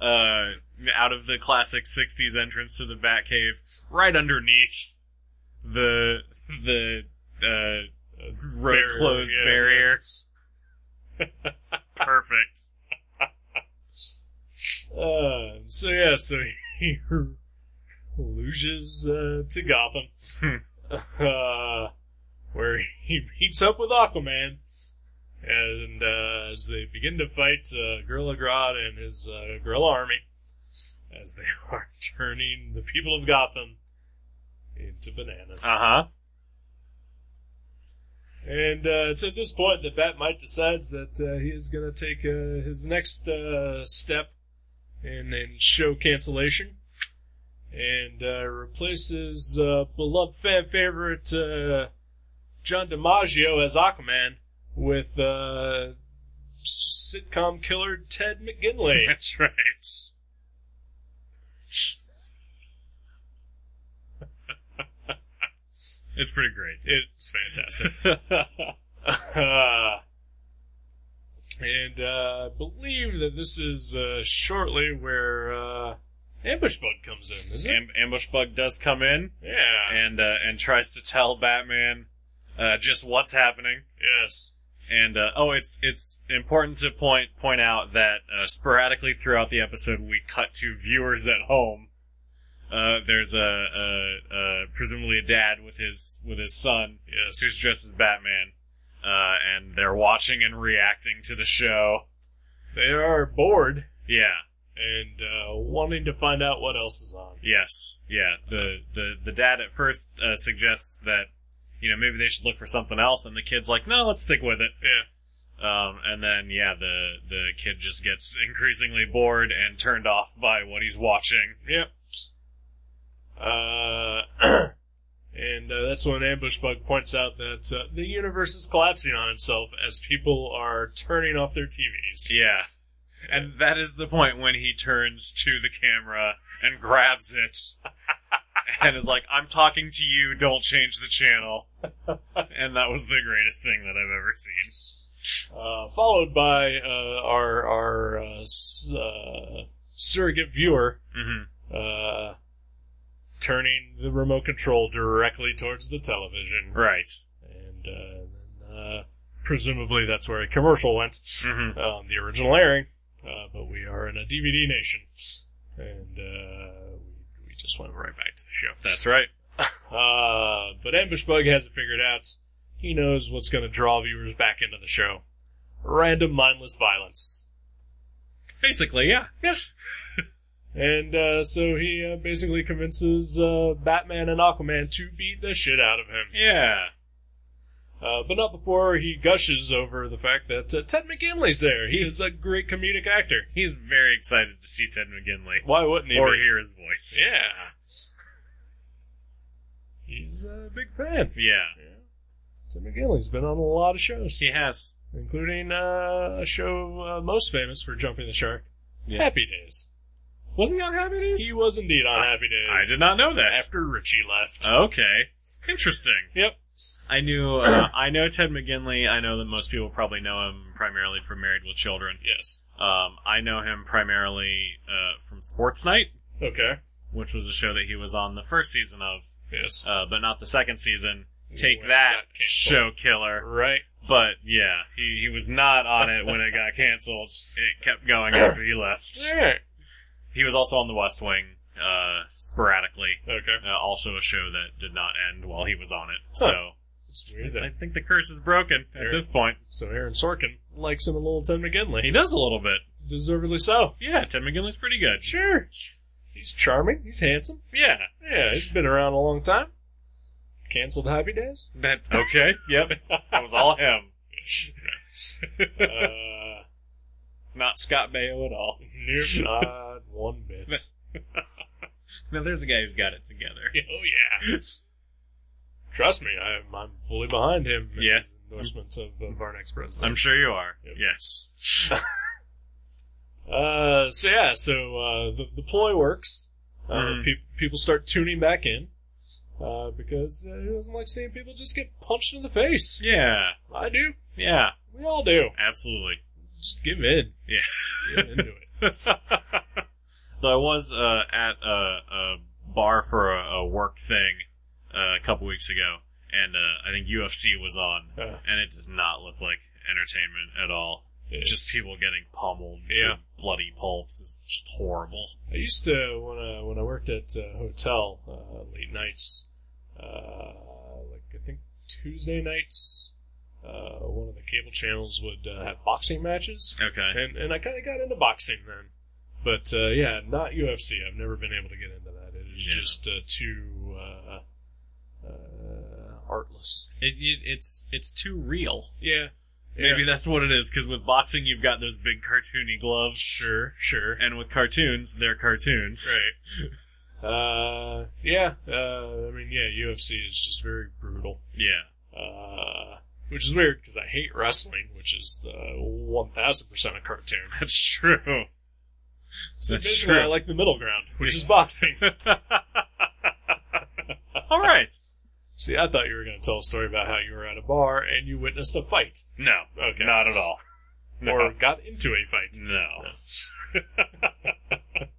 B: uh, out of the classic 60s entrance to the Batcave, right underneath the, the, uh, road
A: Barrier,
B: closed
A: yeah.
B: barrier. Perfect.
A: Uh, so yeah, so he luges uh, to Gotham, uh, where he meets up with Aquaman, and uh, as they begin to fight uh, Gorilla Grodd and his uh, Gorilla Army, as they are turning the people of Gotham into to bananas.
B: Uh huh.
A: And uh, it's at this point that Batmite decides that uh, he is going to take uh, his next uh, step in, in show cancellation and uh, replaces uh, beloved fan favorite uh, John DiMaggio as Aquaman with uh, s- sitcom killer Ted McGinley.
B: That's right. it's pretty great.
A: it's fantastic. Uh, and uh, I believe that this is uh, shortly where uh, Ambush Bug comes in, isn't it?
B: Am- ambush bug does come in
A: yeah.
B: and uh, and tries to tell Batman uh, just what's happening.
A: yes.
B: And uh, oh, it's it's important to point point out that uh, sporadically throughout the episode we cut to viewers at home. Uh, there's a, a, a presumably a dad with his with his son
A: Yes.
B: who's dressed as Batman, uh, and they're watching and reacting to the show.
A: They are bored
B: Yeah.
A: and uh, wanting to find out what else is on.
B: Yes. Yeah. The the the dad at first uh, suggests that you know maybe they should look for something else, and the kid's like, no, let's stick with it.
A: Yeah.
B: Um, and then yeah, the the kid just gets increasingly bored and turned off by what he's watching.
A: Yep. Uh, and uh, that's when Ambush Bug points out that uh, the universe is collapsing on itself as people are turning off their TVs.
B: Yeah. And that is the point when he turns to the camera and grabs it and is like, I'm talking to you, don't change the channel. and that was the greatest thing that I've ever seen.
A: Uh, followed by uh, our our uh, s- uh, surrogate viewer
B: Mm-hmm.
A: uh, turning the remote control directly towards the television.
B: Right.
A: and uh, then, uh, presumably that's where a commercial went
B: Mm-hmm.
A: um, the original airing. Uh, but we are in a DVD nation, and uh, we, we just went right back to the show.
B: That's right.
A: Uh, but Ambush Bug has it figured out. He knows what's going to draw viewers back into the show: random, mindless violence.
B: Basically, yeah. Yeah.
A: And uh, so he uh, basically convinces uh, Batman and Aquaman to beat the shit out of him.
B: Yeah.
A: Uh, but not before he gushes over the fact that uh, Ted McGinley's there. He is a great comedic actor.
B: He's very excited to see Ted McGinley.
A: Why wouldn't he?
B: Or
A: be?
B: hear his voice.
A: Yeah. He's a big fan.
B: Yeah.
A: Yeah. Ted McGinley's been on a lot of shows,
B: He has.
A: including uh, a show uh, most famous for jumping the shark,
B: Yeah.
A: Happy Days.
B: Wasn't he on Happy Days?
A: He was indeed on Happy
B: I
A: Days.
B: did not know that. Oh.
A: After Richie left.
B: Okay. Interesting.
A: yep.
B: I knew uh, I know Ted McGinley. I know that most people probably know him primarily from Married with Children.
A: Yes.
B: Um, I know him primarily uh, from Sports Night,
A: Okay.
B: which was a show that he was on the first season of,
A: Yes.
B: uh, but not the second season. Take
A: When it
B: that,
A: got canceled.
B: show killer.
A: Right.
B: But yeah, he, he was not on it when it got canceled. It kept going after he left.
A: Alright.
B: He was also on The West Wing uh, sporadically.
A: Okay.
B: Uh, also a show that did not end while he was on it. So
A: It's weird
B: I
A: that
B: think the curse is broken at
A: Sure.
B: this point.
A: So Aaron Sorkin likes him a little Ted
B: He
A: McGinley.
B: does a little bit.
A: Deservedly so.
B: Yeah, Ted McGinley's pretty good.
A: Sure. He's charming. He's handsome.
B: Yeah,
A: Yeah, he's been around a long time. Cancelled Happy Days.
B: that's okay. Yep, that was all him.
A: Uh,
B: Not Scott Baio at all.
A: nope, not uh, one bit.
B: No, there's a guy who's got it together.
A: Oh yeah. Trust me, I'm, I'm fully behind him. and
B: Yeah.
A: his Endorsements of, of our next president.
B: I'm sure you are.
A: Yep.
B: Yes.
A: Uh, so yeah, so uh, the the ploy works. Uh,
B: Mhm.
A: peop- people start tuning back in uh, because uh, who doesn't like seeing people just get punched in the face?
B: yeah.
A: I do.
B: Yeah.
A: We all do.
B: Absolutely.
A: Just give in.
B: Yeah.
A: Get into it.
B: Though I was uh, at a, a bar for a, a work thing uh, a couple weeks ago, and uh, I think UFC was on,
A: Uh,
B: and it does not look like entertainment at all.
A: it's-
B: just people getting pummeled
A: Yeah.
B: to bloody pulps is just horrible.
A: I used to when I when I worked at a hotel uh, late nights, uh, like I think Tuesday nights, uh, one of the cable channels would uh, have boxing matches,
B: Okay.
A: and and I kind of got into boxing then, but uh, yeah, not UFC. I've never been able to get into that. It is
B: Yeah.
A: just uh, too uh, heartless.
B: It, it, it's it's too real.
A: Yeah.
B: Maybe that's what it is. Because with boxing, you've got those big cartoony gloves.
A: Sure, sure.
B: And with cartoons, they're cartoons.
A: Right. Uh, yeah. Uh, I mean, yeah. UFC is just very brutal.
B: Yeah.
A: Uh, which is weird because I hate wrestling, which is one thousand percent a cartoon.
B: That's true.
A: So
B: That's
A: basically,
B: true.
A: I like the middle ground, which is boxing.
B: All right.
A: See, I thought you were going to tell a story about how you were at a bar and you witnessed a fight,
B: No.
A: Okay.
B: Not at all. No.
A: or got into a fight.
B: no.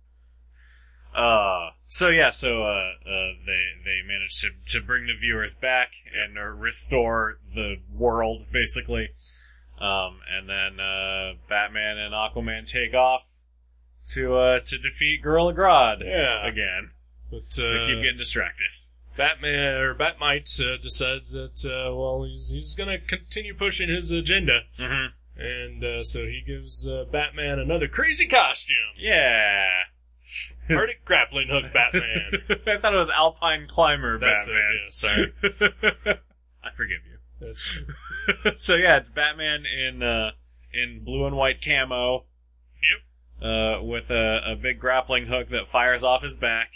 B: Uh, so yeah, so uh, uh, they they managed to to bring the viewers back and uh, restore the world basically, um, and then uh, Batman and Aquaman take off to uh, to defeat Gorilla Grodd
A: Yeah,
B: again.
A: but
B: So
A: uh,
B: they keep getting distracted.
A: Batman or Batmite uh, decides that uh, well, he's he's going to continue pushing his agenda,
B: Mm-hmm.
A: and uh, so he gives uh, Batman another crazy costume,
B: Yeah,
A: Arctic grappling hook Batman.
B: I thought it was Alpine Climber
A: That's it.
B: Batman.
A: Yeah, sorry,
B: I forgive you.
A: that's
B: so yeah, it's Batman in uh, in blue and white camo. Yep. Uh, with a, a big grappling hook that fires off his back.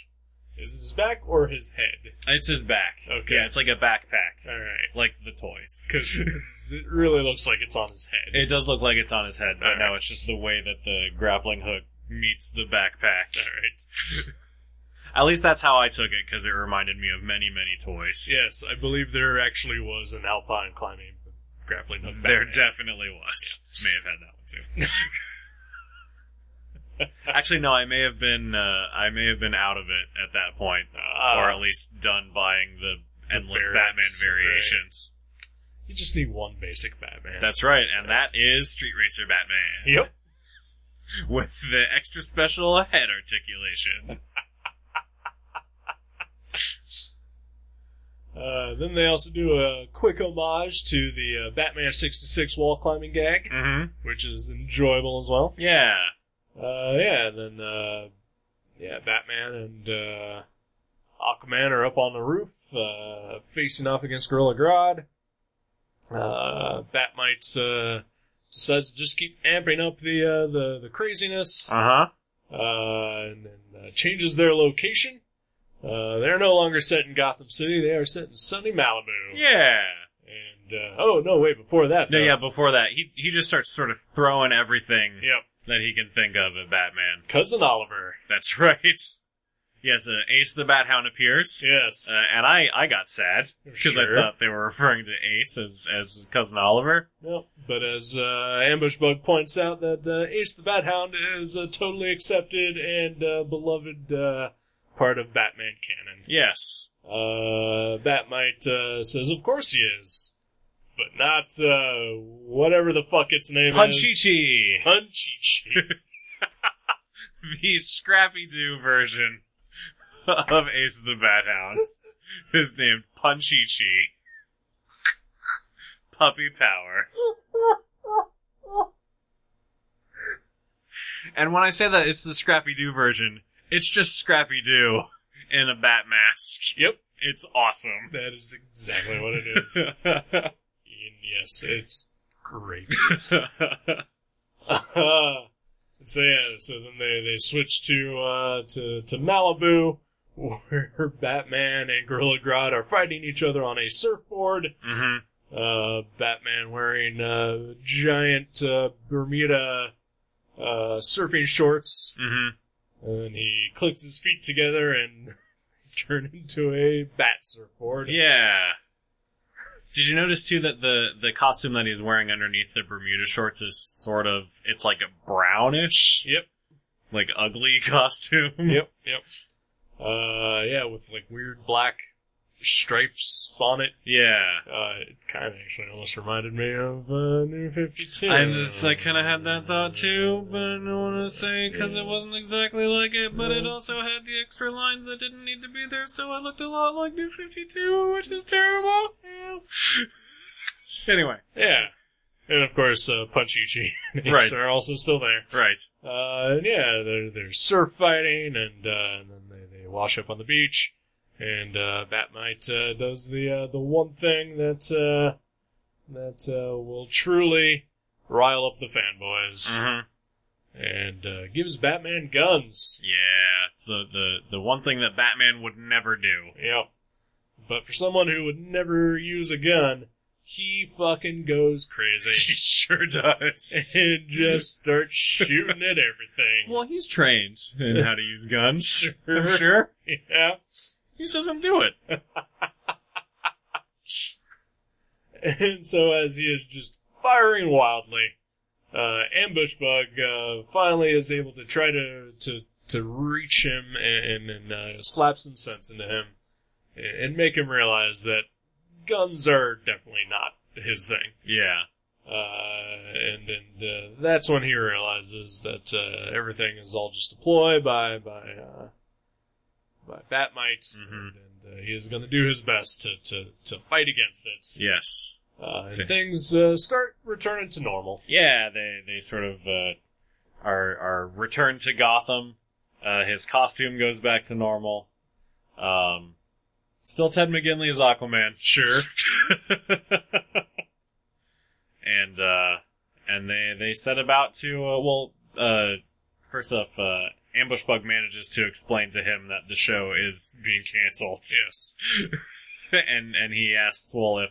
A: is his back or his head?
B: It's his back.
A: Okay.
B: Yeah, it's like a backpack,
A: All right,
B: like the toys.
A: because it really looks like it's on his head.
B: It does look like it's on his head, but
A: All
B: no, it's just the way that the grappling hook meets the backpack.
A: All right.
B: At least that's how I took it, because it reminded me of many, many toys.
A: Yes, I believe there actually was an alpine climbing grappling hook.
B: There
A: Batman.
B: definitely was. May have had that one too. Actually, no. I may have been. Uh, I may have been out of it at that point,
A: Ah.
B: or at least done buying Uh, the
A: The
B: endless
A: variants,
B: Batman variations.
A: you just need one basic Batman.
B: That's right, and that is Street Racer Batman
A: yep.
B: with the extra special head articulation.
A: Uh, then they also do a quick homage to the uh, Batman 66 wall climbing gag,
B: Mm-hmm.
A: which is enjoyable as well.
B: Yeah.
A: Uh, yeah, and then uh, yeah, Batman and uh, Aquaman are up on the roof, uh, facing off against Gorilla Grodd. Uh, Batmite uh, decides to just keep amping up the uh, the the craziness, uh,
B: Uh huh.
A: and then uh, changes their location. Uh, they're no longer set in Gotham City; they are set in sunny Malibu.
B: Yeah.
A: And uh, oh no, wait, before that,
B: No,
A: though-
B: yeah. Before that, he he just starts sort of throwing everything
A: yep,
B: that he can think of at Batman.
A: cousin Oliver,
B: That's right. Yes, uh, Ace the Bat Hound appears.
A: yes,
B: Uh, and I, I got sad because
A: Sure.
B: I thought they were referring to Ace as, as cousin Oliver.
A: Yep. But as uh, Ambush Bug points out, that uh, Ace the Bat Hound is a totally accepted and uh, beloved uh, part of Batman canon.
B: Yes.
A: Uh, Batmite uh, says, "Of course he is, but not uh, whatever the fuck its name is."
B: Punchichi,
A: Punchichi.
B: the Scrappy Doo version of Ace the Bat Hound, is named Punchichi. Puppy Power. And when I say that it's the Scrappy Doo version, it's just Scrappy Doo in a bat mask.
A: Yep.
B: It's awesome.
A: that is exactly what it is. and yes, it's great. Uh, so yeah, so then they, they switch to uh, to to Malibu, where Batman and Gorilla Grodd are fighting each other on a surfboard.
B: hmm
A: Uh, Batman wearing uh, giant uh, Bermuda uh, surfing shorts,
B: hmm
A: and he clicks his feet together and turn into a bat surfboard.
B: Yeah. Did you notice too that the the costume that he's wearing underneath the Bermuda shorts is sort of it's like a brownish,
A: Yep.
B: like ugly costume.
A: Yep. Yep. Uh, yeah, with like weird black stripes on it.
B: Yeah.
A: Uh, it kind of actually almost reminded me of uh, New 52.
B: I just I kind of had that thought too, but I don't want to say because it wasn't exactly like it. But it also had the extra lines that didn't need to be there, so it looked a lot like New Fifty Two, which is terrible. anyway,
A: Yeah. And of course, uh, Punchichi and Ace
B: Right.
A: are also still there.
B: right.
A: Uh, and yeah, they're, they're surf fighting, and, uh, and then they, they wash up on the beach. and uh, Bat Knight uh, does the uh, the one thing that uh, that uh, will truly rile up the fanboys,
B: Mm-hmm.
A: and uh, gives Batman guns.
B: Yeah, it's the, the the one thing that Batman would never do.
A: Yep. But for someone who would never use a gun, he fucking goes
B: He
A: crazy
B: sure does.
A: and just starts shooting at everything.
B: well, he's trained in how to use guns. I'm
A: Sure.
B: sure.
A: Yeah.
B: He just doesn't do it.
A: And so as he is just firing wildly, uh, Ambush Bug uh, finally is able to try to to, to reach him and, and uh, slap some sense into him and and make him realize that guns are definitely not his thing.
B: Yeah.
A: Uh, and and uh, that's when he realizes that uh, everything is all just a ploy by by uh, by Batmites,
B: Mhm.
A: and uh, he is going to do his best to, to, to fight against it.
B: Yes.
A: Uh, and
B: Okay.
A: things uh, start returning to normal.
B: Yeah, they they sort of uh, are are returned to Gotham. Uh, his costume goes back to normal. Um, still Ted McGinley as Aquaman, sure. and uh, and they they set about to uh, well uh, first off, uh, Ambush Bug manages to explain to him that the show is being canceled.
A: Yes.
B: and and he asks, well, if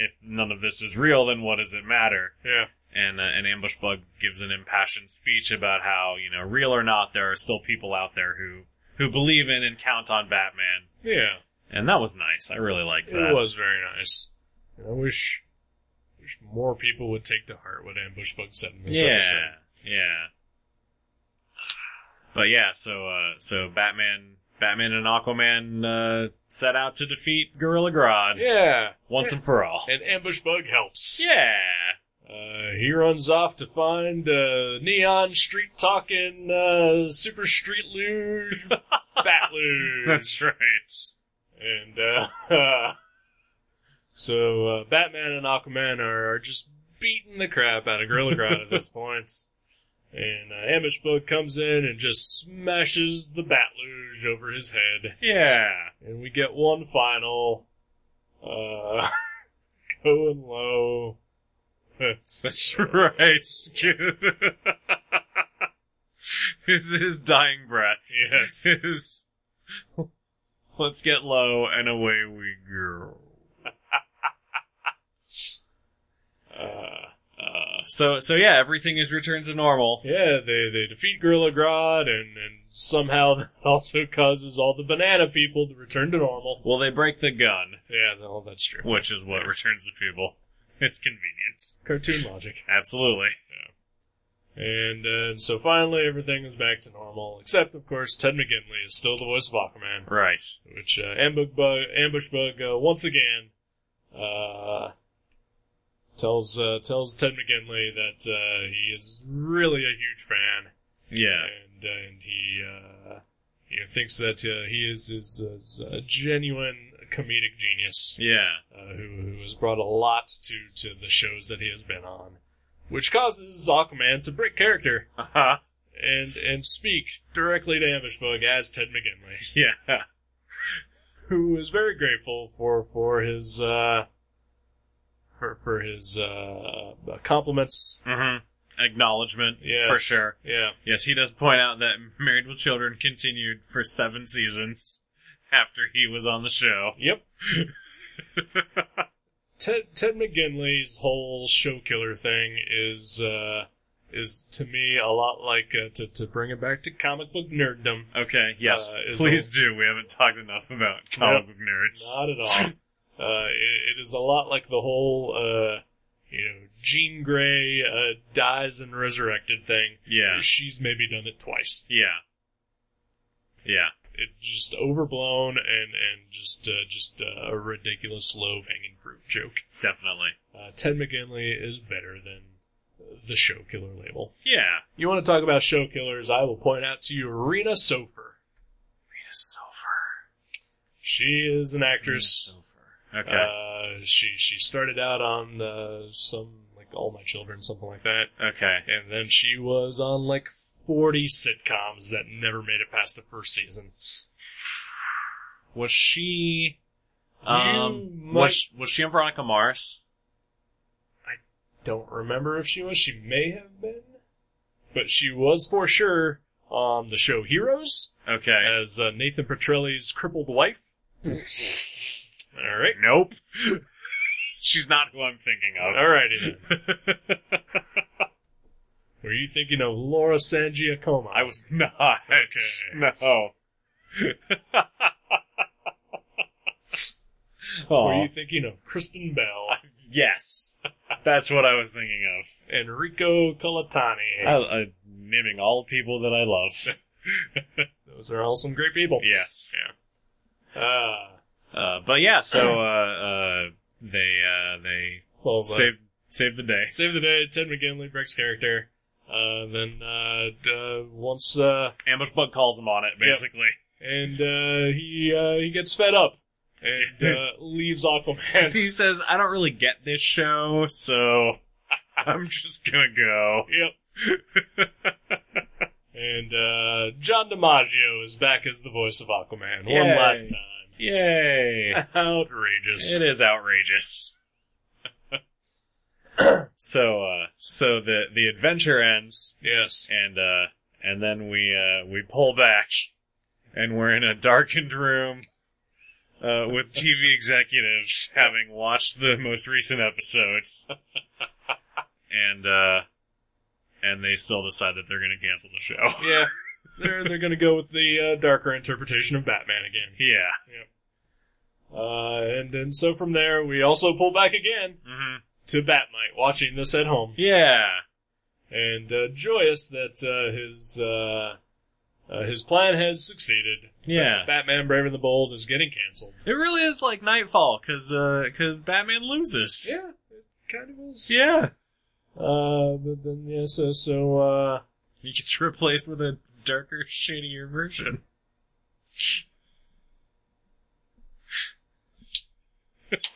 B: if none of this is real, then what does it matter?
A: Yeah.
B: and uh, an ambush bug gives an impassioned speech about how you know real or not there are still people out there who who believe in and count on batman
A: Yeah.
B: and that was nice i really liked
A: It
B: that
A: was very nice. And I wish, wish more people would take to heart what Ambush Bug said in this
B: yeah
A: episode.
B: yeah but yeah so uh so batman batman and aquaman uh set out to defeat gorilla grodd
A: Yeah.
B: once and for all
A: And Ambush Bug helps.
B: yeah
A: Uh, he runs off to find uh, neon street talking uh, super street luge bat luge.
B: that's right
A: And uh, so uh, Batman and Aquaman are, are just beating the crap out of Gorilla Grodd at this point. And uh, Ambush Bug comes in and just smashes the bat luge over his head.
B: yeah
A: And we get one final uh, going low. That's
B: That's right. his, his dying breath.
A: Yes.
B: His, let's get low and away we go.
A: uh,
B: Uh, so, so yeah, everything is returned to normal.
A: yeah, they, they defeat Gorilla Grodd, and, and somehow that also causes all the banana people to return to normal.
B: Well, they break the gun,
A: Yeah, no, that's true.
B: which is what returns the people. It's convenience.
A: cartoon logic.
B: Absolutely.
A: And, uh, and so finally everything is back to normal, except of course Ted McGinley is still the voice of Aquaman,
B: Right.
A: which uh, Ambush Bug, Ambush Bug uh, once again uh, tells uh, tells Ted McGinley that uh, he is really a huge fan,
B: Yeah.
A: and and he uh, you know, thinks that uh, he is is, is a genuine comedic genius
B: Yeah.
A: uh, who, who has brought a lot to, to the shows that he has been on, which causes Aquaman to break character
B: Uh-huh.
A: and and speak directly to Ambush Bug as Ted McGinley,
B: Yeah.
A: who is very grateful for for his uh, for for his uh, compliments.
B: Mm-hmm. Acknowledgement.
A: Yes,
B: For sure.
A: Yeah,
B: Yes, he does point out that Married with Children continued for seven seasons after he was on the show.
A: yep. Ted Ted McGinley's whole show killer thing is uh, is to me a lot like uh, to to bring it back to comic book nerddom.
B: Okay, yes.
A: Uh, is
B: please do. We haven't talked enough about comic book nerds.
A: Not at all. Uh, it, it is a lot like the whole, uh, you know, Jean Grey uh, dies and resurrected thing.
B: Yeah.
A: She's maybe done it twice.
B: Yeah. Yeah.
A: It's just overblown and and just uh, just uh, a ridiculous low hanging fruit joke.
B: Definitely.
A: Uh, Ted McGinley is better than the show killer label.
B: Yeah.
A: You want to talk about show killers? I will point out to you Rena Sofer.
B: Rita Silver.
A: She is an actress.
B: Okay.
A: Uh, she she started out on uh, some like All My Children, something like that,
B: okay.
A: and then she was on like forty sitcoms that never made it past the first season.
B: Was she? Um,
A: You might-
B: was she, was she on Veronica Mars?
A: Don't remember if she was. She may have been, but she was for sure on the show Heroes
B: Okay.
A: as uh, Nathan Petrelli's crippled wife. All right.
B: Nope. She's not who I'm thinking of.
A: Alrighty then. Were you thinking of Laura San Giacomo?
B: I was not.
A: Okay.
B: No.
A: Were
B: oh
A: you thinking of Kristen Bell
B: yes, that's what I was thinking of.
A: and Rico Colatani?
B: I, I'm naming all people that I love.
A: Those are all some great people.
B: yes.
A: Ah,
B: Uh, but yeah, so uh, uh, they uh, they
A: well, uh, save.
B: saved saved the day.
A: the day. Ted McGinley, Breck's character. Uh, then uh, d- uh, once uh,
B: Ambush Bug calls him on it,
A: Yep.
B: basically.
A: and uh, he uh, he gets fed up and uh, leaves Aquaman.
B: He says, "I don't really get this show, so I'm just gonna go."
A: yep. and uh, John DiMaggio is back as the voice of Aquaman one
B: Yay.
A: last time.
B: Yay!
A: Outrageous.
B: It is outrageous. so uh so the the adventure ends
A: Yes.
B: and uh and then we uh we pull back and we're in a darkened room uh with TV executives having watched the most recent episodes. and uh and they still decide that they're going to cancel the show.
A: Yeah. They're they're gonna go with the uh, darker interpretation of Batman again.
B: yeah.
A: Uh, and and so from there we also pull back again
B: hmm
A: to Batmite watching this at home
B: Yeah.
A: and uh, joyous that uh, his uh, uh, his plan has succeeded.
B: Yeah.
A: Batman Brave and the Bold is getting canceled.
B: It really is like Nightfall cuz uh cuz Batman loses.
A: it kind of is.
B: Yeah.
A: Uh, but then yeah, so so uh,
B: He gets replaced with a darker, shadier version.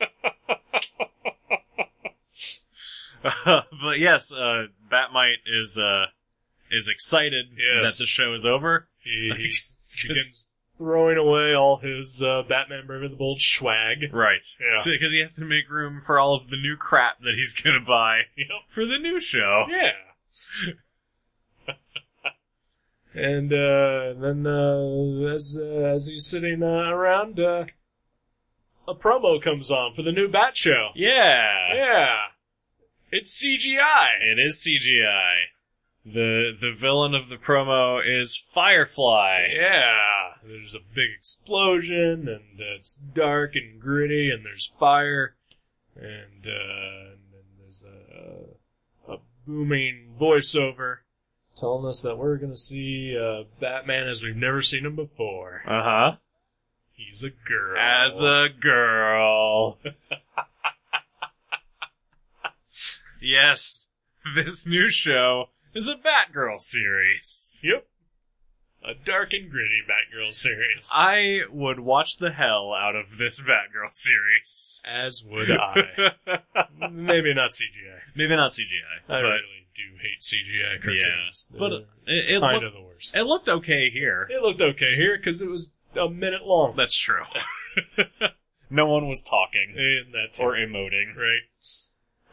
B: Uh, but yes, uh, Batmite is uh, is excited
A: Yes.
B: that the show is over.
A: he he's, begins throwing away all his uh, Batman Brave and the Bold swag.
B: Right,
A: Yeah.
B: because he has to make room for all of the new crap that he's gonna buy
A: Yep.
B: for the new show.
A: Yeah. and uh, then uh, as uh, as he's sitting uh, around, uh, a promo comes on for the new Bat Show.
B: Yeah,
A: Yeah, it's CGI.
B: it is CGI. the The villain of the promo is Firefly.
A: Yeah, there's a big explosion, and uh, it's dark and gritty, and there's fire, and, uh, and then there's a, a booming voiceover telling us that we're gonna see uh, Batman as we've never seen him before.
B: Uh huh.
A: He's a girl.
B: As a girl. yes, this new show is a Batgirl series.
A: yep, a dark and gritty Batgirl series.
B: I would watch the hell out of this Batgirl series.
A: as would I. Maybe not CGI.
B: Maybe not CGI,
A: I
B: but
A: really do hate CGI cartoons.
B: but
A: They're
B: it, it,
A: kind
B: looked,
A: of the worst.
B: it looked okay here.
A: It looked okay here because it was a minute long.
B: That's true. Eh, no one was talking
A: And that's
B: or emoting.
A: right.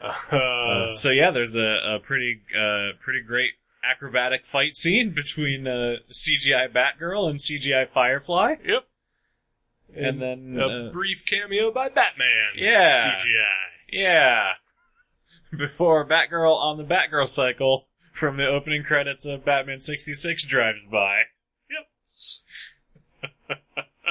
A: Uh,
B: Uh, so yeah, there's a, a pretty uh, pretty great acrobatic fight scene between uh, CGI Batgirl and CGI Firefly,
A: yep.
B: and, then
A: a
B: uh,
A: brief cameo by Batman.
B: Yeah.
A: CGI.
B: yeah, before Batgirl on the Batgirl cycle from the opening credits of Batman '66 drives by.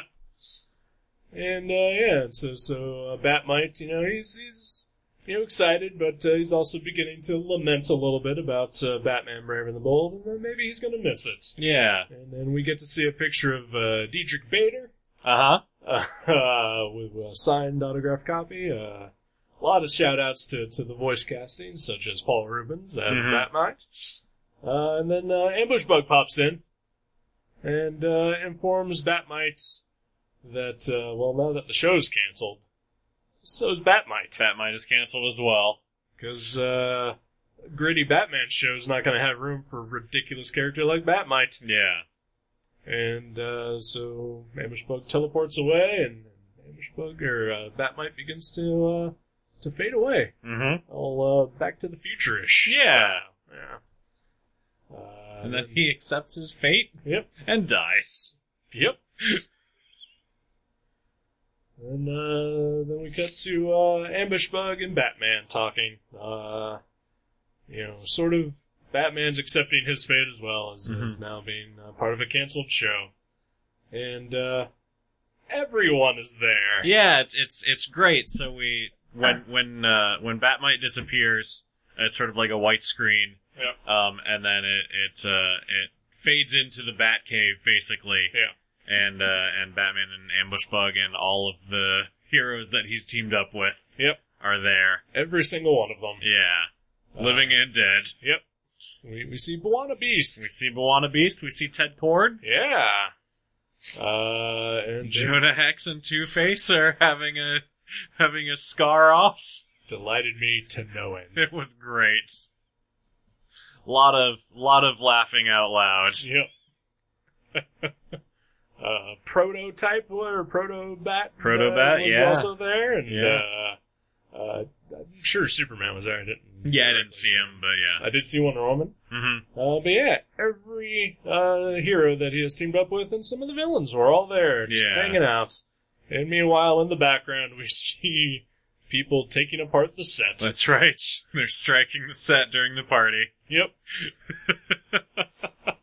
A: And uh, yeah, and so so uh, Batmite, you know, he's he's you know excited, but uh, he's also beginning to lament a little bit about uh, Batman Brave and the Bold, and then maybe he's gonna miss it.
B: Yeah.
A: And then we get to see a picture of uh, Diedrich Bader. Uh-huh.
B: Uh
A: uh, with a signed autographed copy. Uh, a lot of shout outs to, to the voice casting, such as Paul Rubens as
B: Mhm.
A: Batmite. Uh, and then uh, Ambush Bug pops in and uh, informs Batmite that, uh, well, now that the show's canceled, so's Batmite.
B: huh. Batmite is canceled as well.
A: Because uh, gritty Batman show's not going to have room for a ridiculous character like Batmite.
B: Yeah.
A: And uh, so Ambush Bug teleports away, and Ambush Bug or uh, Batmite begins to uh, to fade away,
B: Mm-hmm.
A: all uh, Back to the Future ish.
B: Yeah.
A: yeah. Uh,
B: And then he accepts his fate
A: Yep.
B: and dies.
A: Yep. and uh, then we cut to uh, Ambush Bug and Batman talking. Uh, you know, sort of Batman's accepting his fate as well as
B: Mhm.
A: is now being uh, part of a canceled show, and uh, everyone is there.
B: Yeah, it's it's it's great. So we when when uh, when Batmite disappears, it's sort of like a white screen.
A: Yep.
B: Um, and then it it uh, it fades into the Batcave basically.
A: Yeah.
B: And uh, and Batman and Ambush Bug and all of the heroes that he's teamed up with.
A: Yep.
B: Are there?
A: Every single one of them.
B: Yeah. Living and dead.
A: We, we see Buana Beast.
B: We see Moana Beast. We see Ted Cord.
A: yeah. Uh, and they're
B: Jonah Hex and Two Face are having a having a scar off.
A: delighted me to no end.
B: It was great. Lot of lot of laughing out loud.
A: Yep. uh, prototype or proto bat.
B: Protobat,
A: uh, was
B: yeah.
A: Also there, and
B: Yeah.
A: uh, uh, I'm sure Superman was there. I didn't.
B: Yeah, I didn't see him, but
A: I did see Wonder Woman.
B: yeah. Mm-hmm.
A: Uh, but yeah, every uh, hero that he has teamed up with and some of the villains were all there, just
B: Yeah.
A: hanging out. And meanwhile, in the background, we see people taking apart the set.
B: That's right. They're striking the set during the party.
A: Yep.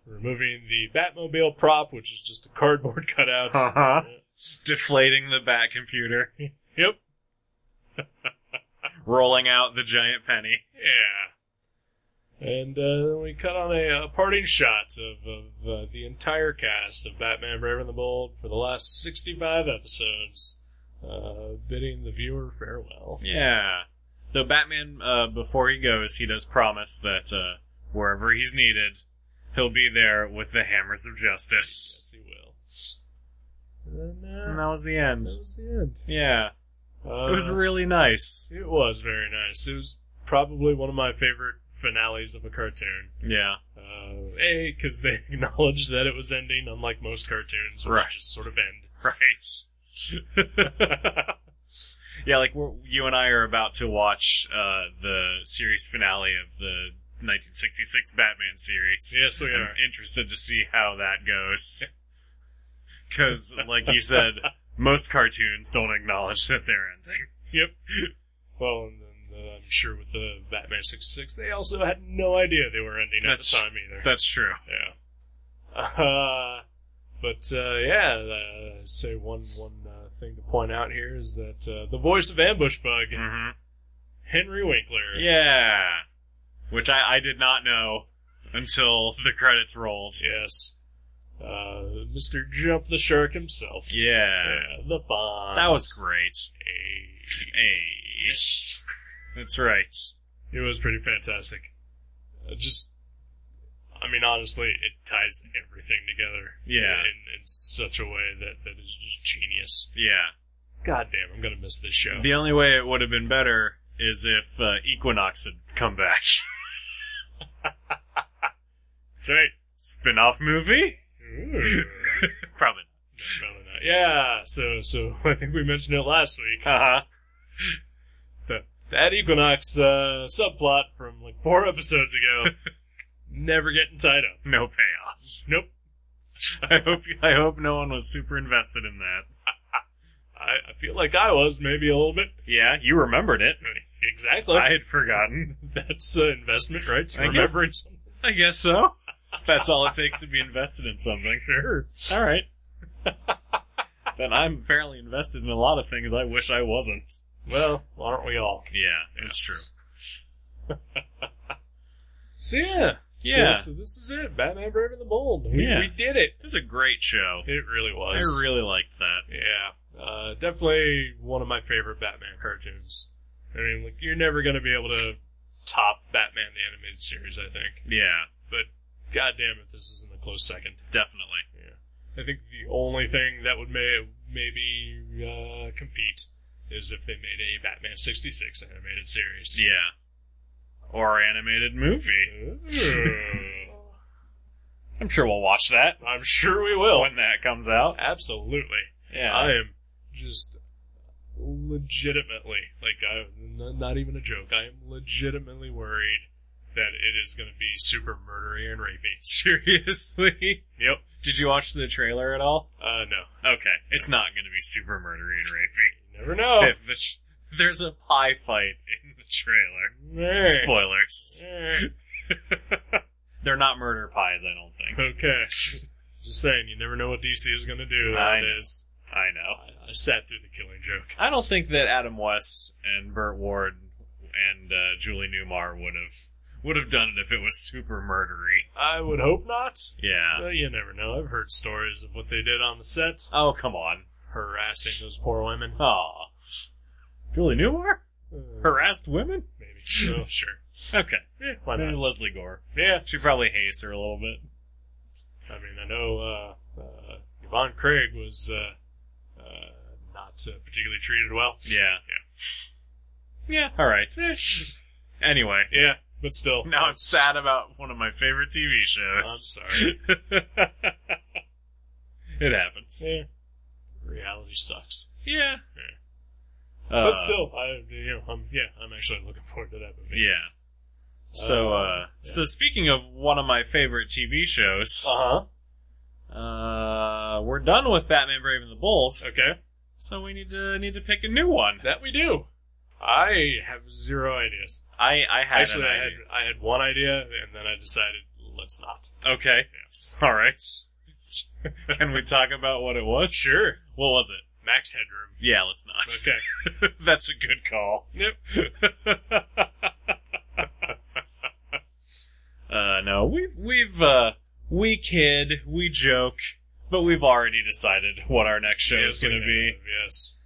A: Removing the Batmobile prop, which is just a cardboard cutout.
B: huh. Deflating the bat computer.
A: Yep.
B: Rolling out the giant penny.
A: Yeah. And uh, then we cut on a, uh parting shot of, of uh, the entire cast of Batman Brave and the Bold for the last 65 episodes, uh, bidding the viewer farewell.
B: Yeah. Though Batman, uh, before he goes, he does promise that uh, wherever he's needed, he'll be there with the hammers of justice.
A: Yes, he will. And, uh,
B: And that was the end.
A: that was the end.
B: Yeah.
A: Uh,
B: It was really nice.
A: it was very nice. It was probably one of my favorite finales of a cartoon.
B: Yeah.
A: Uh, a, because they acknowledged that it was ending, unlike most cartoons, which
B: Right.
A: just sort of end.
B: Right. yeah, like we're, you and I are about to watch uh, the series finale of the 1966 Batman series.
A: Yes, we are.
B: I'm interested to see how that goes. Because, like you said, most cartoons don't acknowledge that they're ending.
A: Yep. Well, and then uh, I'm sure with the Batman 66, they also had no idea they were ending at the
B: That's-
A: time either.
B: That's true.
A: yeah. Uh, but uh, yeah, uh, say one one uh, thing to point out here is that uh, the voice of Ambush Bug,
B: hmm
A: Henry Winkler.
B: Yeah. Which I, I did not know until the credits rolled.
A: Yes. Uh, Mr. Jump the Shark himself.
B: Yeah.
A: Yeah, the Fonz.
B: That was great.
A: Hey.
B: Hey. That's right.
A: It was pretty fantastic. Uh, just, I mean, honestly, it ties everything together.
B: Yeah.
A: In, in such a way that, that is just genius.
B: Yeah.
A: God damn, I'm gonna miss this show.
B: The only way it would have been better is if uh, Equinox had come back.
A: That's right.
B: Spin off movie?
A: Ooh.
B: Probably
A: Probably not. yeah, so, so, I think we mentioned it last week.
B: not. Uh huh.
A: That Equinox, uh, subplot from like four episodes ago. never getting tied up.
B: No payoff.
A: Nope.
B: I hope I hope no one was super invested in that.
A: I, I feel like I was, maybe a little bit.
B: Yeah, you remembered it.
A: Exactly.
B: I had forgotten.
A: That's uh, investment, right? To
B: I guess-
A: remembering something.
B: I guess so. That's all it takes to be invested in something.
A: Sure.
B: All right. then I'm apparently invested in a lot of things I wish I wasn't.
A: Well, aren't we all?
B: Yeah, that's true.
A: So yeah,
B: Yeah.
A: So, so this is it, Batman Brave and the Bold. We,
B: Yeah.
A: we did it.
B: It was a great show.
A: It really
B: I
A: was.
B: really liked that.
A: yeah, uh, definitely one of my favorite Batman cartoons. I mean, like you're never gonna be able to top Batman the Animated Series, I think.
B: Yeah,
A: God damn it, this isn't a close second.
B: definitely.
A: I think the only thing that would may, maybe uh, compete is if they made a Batman '66 animated series.
B: Yeah. Or animated movie.
A: Ooh.
B: I'm sure we'll watch that
A: I'm sure we will.
B: when that comes out.
A: Absolutely.
B: Yeah.
A: I am just legitimately, like, I'm n- not even a joke. I am legitimately worried that it is going to be super murdery and rapey.
B: Seriously?
A: Yep.
B: Did you watch the trailer at all?
A: Uh, no.
B: Okay, it's not going to be super murdery and rapey.
A: You never know.
B: If the tr- there's a pie fight in the trailer.
A: Meh.
B: Spoilers.
A: Meh.
B: They're not murder pies, I don't think.
A: Okay. Just saying, you never know what DC is going to do
B: I know.
A: nowadays.
B: I know.
A: I, I sat through the killing joke.
B: I don't think that Adam West and Burt Ward and uh, Julie Newmar would have would have done it if it was super murdery.
A: I would hope not.
B: Yeah.
A: Uh, But you never know. I've heard stories of what they did on the set,
B: Oh come on.
A: harassing those poor women.
B: Aw. Julie Newmar
A: Uh,
B: harassed women.
A: maybe. Oh, sure.
B: Okay. Eh,
A: Yeah, why
B: Maybe
A: not?
B: Leslie Gore.
A: Yeah.
B: She probably hazed her a little bit.
A: I mean, I know uh, uh, Yvonne Craig was uh, uh, not uh, particularly treated well.
B: Yeah. Yeah. All right. Eh. Anyway,
A: Yeah, but still.
B: now I'm sad about one of my favorite TV
A: I'm
B: shows.
A: sorry.
B: it happens.
A: yeah. Reality sucks.
B: Yeah. Uh,
A: but still, I you know I'm yeah I'm actually looking forward to that movie.
B: Yeah. So,
A: Oh,
B: uh, so speaking of one of my favorite TV shows,
A: Uh
B: uh, we're done with Batman: Brave and the Bold,
A: huh. Okay.
B: so we need to need to pick a new one.
A: That we do. I have zero ideas.
B: I I had
A: actually,
B: an
A: I
B: idea.
A: had I had one idea, and then I decided let's not.
B: Okay. All right. Can we talk about what it was?
A: Sure.
B: What was it?
A: Max Headroom.
B: Yeah, let's not.
A: Okay.
B: That's a good call.
A: Yep.
B: Uh, no, we've, we've, uh, we kid, we joke, but we've already decided what our next show
A: Yes,
B: is
A: we
B: gonna be.
A: have, Yes.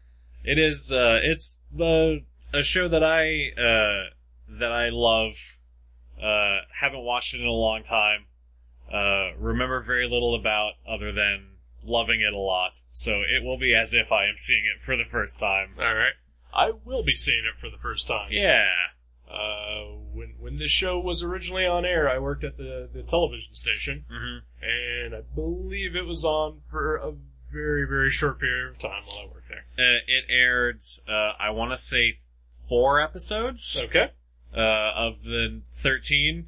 B: It is, uh, it's the, a show that I, uh, that I love, uh, haven't watched it in a long time, uh, remember very little about other than loving it a lot. So it will be as if I am seeing it for the first time.
A: All right. I will be seeing it for the first time.
B: Yeah.
A: Uh, when when this show was originally on air, I worked at the the television station,
B: Mm-hmm.
A: and I believe it was on for a very very short period of time while I worked there.
B: Uh, it aired, uh, I want to say four episodes
A: Okay.
B: uh, of the 13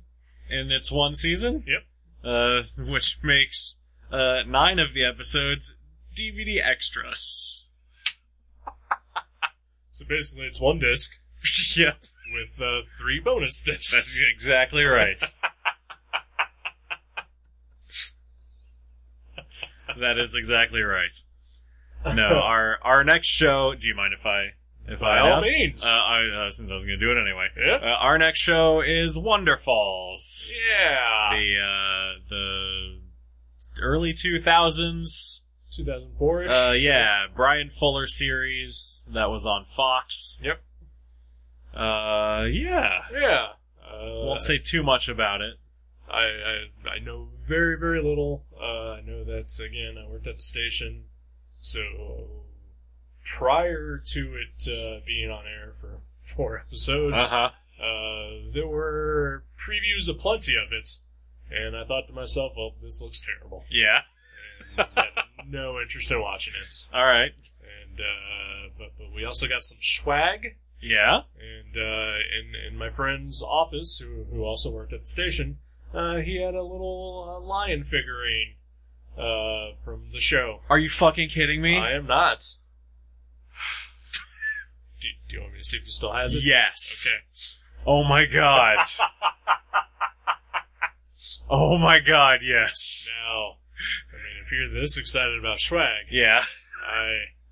B: in its one season.
A: Yep.
B: Uh, which makes uh, nine of the episodes DVD extras.
A: So basically, it's one disc
B: yep.
A: with uh, three bonus discs.
B: That's exactly right. that is exactly right. No, our our next show. Do you mind if I if
A: By
B: I
A: all
B: announce?
A: means.
B: Uh, I, uh, since I was going to do it anyway.
A: yeah.
B: Uh, our next show is Wonder Falls.
A: Yeah.
B: The uh, the early two thousands.
A: 2004 ish.
B: Uh, yeah, Brian Fuller series that was on Fox.
A: Yep.
B: Uh, yeah.
A: yeah. Uh,
B: Won't say too much about it.
A: I, I I know very very little. Uh, I know that's again I worked at the station, so prior to it uh, being on air for four episodes,
B: huh.
A: uh, there were previews aplenty of it, and I thought to myself, well, this looks terrible.
B: Yeah.
A: And had no interest in watching it.
B: All right.
A: And uh, but but we also got some swag.
B: Yeah.
A: And uh, in in my friend's office, who who also worked at the station, uh, he had a little uh, lion figurine uh, from the show.
B: Are you fucking kidding me?
A: I am not. do, do you want me to see if he still has it?
B: yes.
A: Okay.
B: Oh my god. oh my god. Yes.
A: Now, I mean, if you're this excited about swag,
B: Yeah.
A: I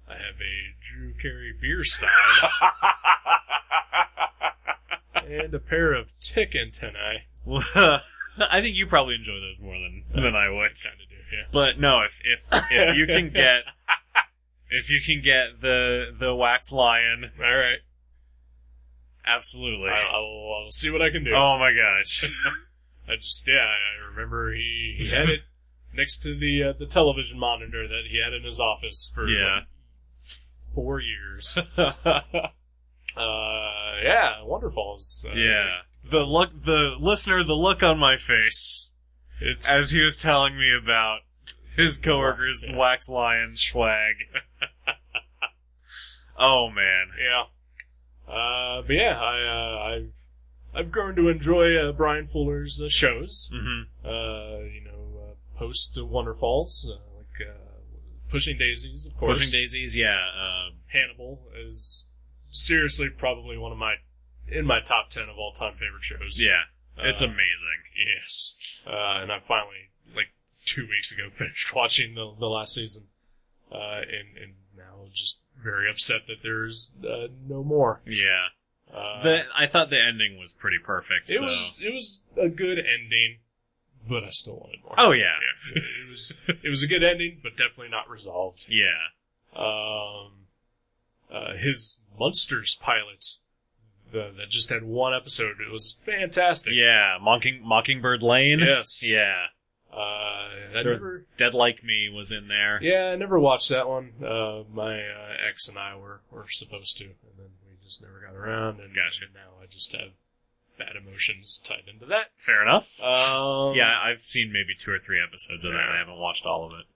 A: I have a Drew Carey beer stein and a pair of tick antennae.
B: I think you probably enjoy those more than than I would.
A: Kind of do, yeah.
B: But no, if if if you can get if you can get the the wax lion,
A: All right.
B: absolutely.
A: I, I'll, I'll see what I can do.
B: Oh my gosh.
A: I just yeah, I I remember he, he had it next to the uh, the television monitor that he had in his office for
B: Yeah.
A: like, four years. Uh, yeah, Wonderfalls. Uh,
B: yeah. The look the listener, the look on my face
A: It's
B: as he was telling me about his coworker's wax lion swag. oh man,
A: yeah. Uh, but yeah, I uh, I've I've grown to enjoy uh, Brian Fuller's uh, shows.
B: hmm
A: Uh, you know, uh, post Wonderfalls, uh, like uh, Pushing Daisies, of course.
B: pushing daisies. Yeah, uh,
A: Hannibal is seriously probably one of my in my top ten of all time favorite shows.
B: yeah, it's
A: Uh,
B: amazing.
A: Yes. Uh, and I finally, like, two weeks ago finished watching the, the last season. Uh, and, and now just very upset that there's, uh, no more.
B: Yeah,
A: Uh,
B: the, I thought the ending was pretty perfect.
A: it
B: though.
A: was, it was a good ending, but I still wanted more.
B: Oh yeah,
A: Yeah. It was, it was a good ending, but definitely not resolved.
B: yeah.
A: Um, uh, his Monsters pilot, the, that just had one episode, it was fantastic.
B: Yeah, Mocking Mockingbird Lane.
A: Yes.
B: Yeah.
A: Uh, I
B: There was-
A: never,
B: Dead Like Me was in there.
A: Yeah, I never watched that one. Uh, my uh, ex and I were, were supposed to, and then we just never got around. And,
B: Gotcha.
A: and now I just have bad emotions tied into that.
B: Fair enough.
A: Um,
B: yeah, I've seen maybe two or three episodes of that.
A: Yeah.
B: I haven't watched all of it.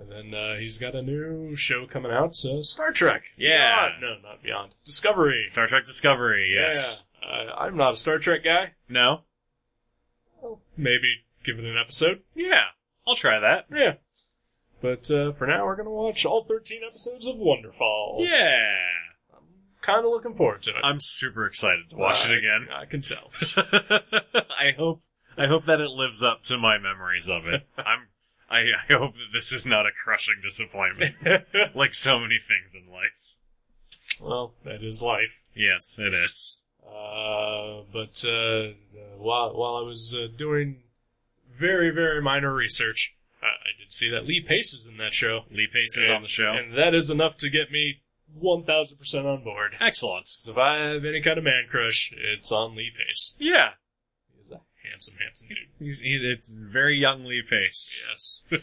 A: And then uh, he's got a new show coming out, so Star Trek.
B: Yeah.
A: Beyond. No, not Beyond. Discovery.
B: Star Trek Discovery, yes.
A: Yeah. I, I'm not a Star Trek guy.
B: No?
A: Well, maybe give it an episode.
B: Yeah. I'll try that.
A: Yeah. But uh, for now, we're gonna watch all 13 episodes of Wonderfalls.
B: Yeah.
A: I'm kind of looking forward to it.
B: I'm super excited to watch
A: Uh,
B: it again.
A: I can tell.
B: I hope I hope that it lives up to my memories of it. I'm I, I hope that this is not a crushing disappointment. like so many things in life.
A: well, that is life.
B: Yes, it is.
A: Uh, but uh, uh, while while I was uh, doing very very minor research, I, I did see that Lee Pace is in that show,
B: Lee Pace is
A: And-
B: on the show.
A: and that is enough to get me one thousand percent on board.
B: Excellent.
A: 'Cause if I have any kind of man crush, it's on Lee Pace.
B: Yeah.
A: He's a handsome, handsome
B: He's,
A: dude.
B: he's, he, it's very young Lee Pace.
A: Yes.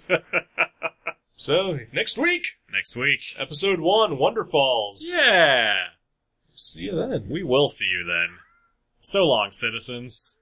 A: so next week,
B: Next week.
A: episode one, Wonderfalls.
B: Yeah.
A: See you then.
B: We will see you then. So long, citizens.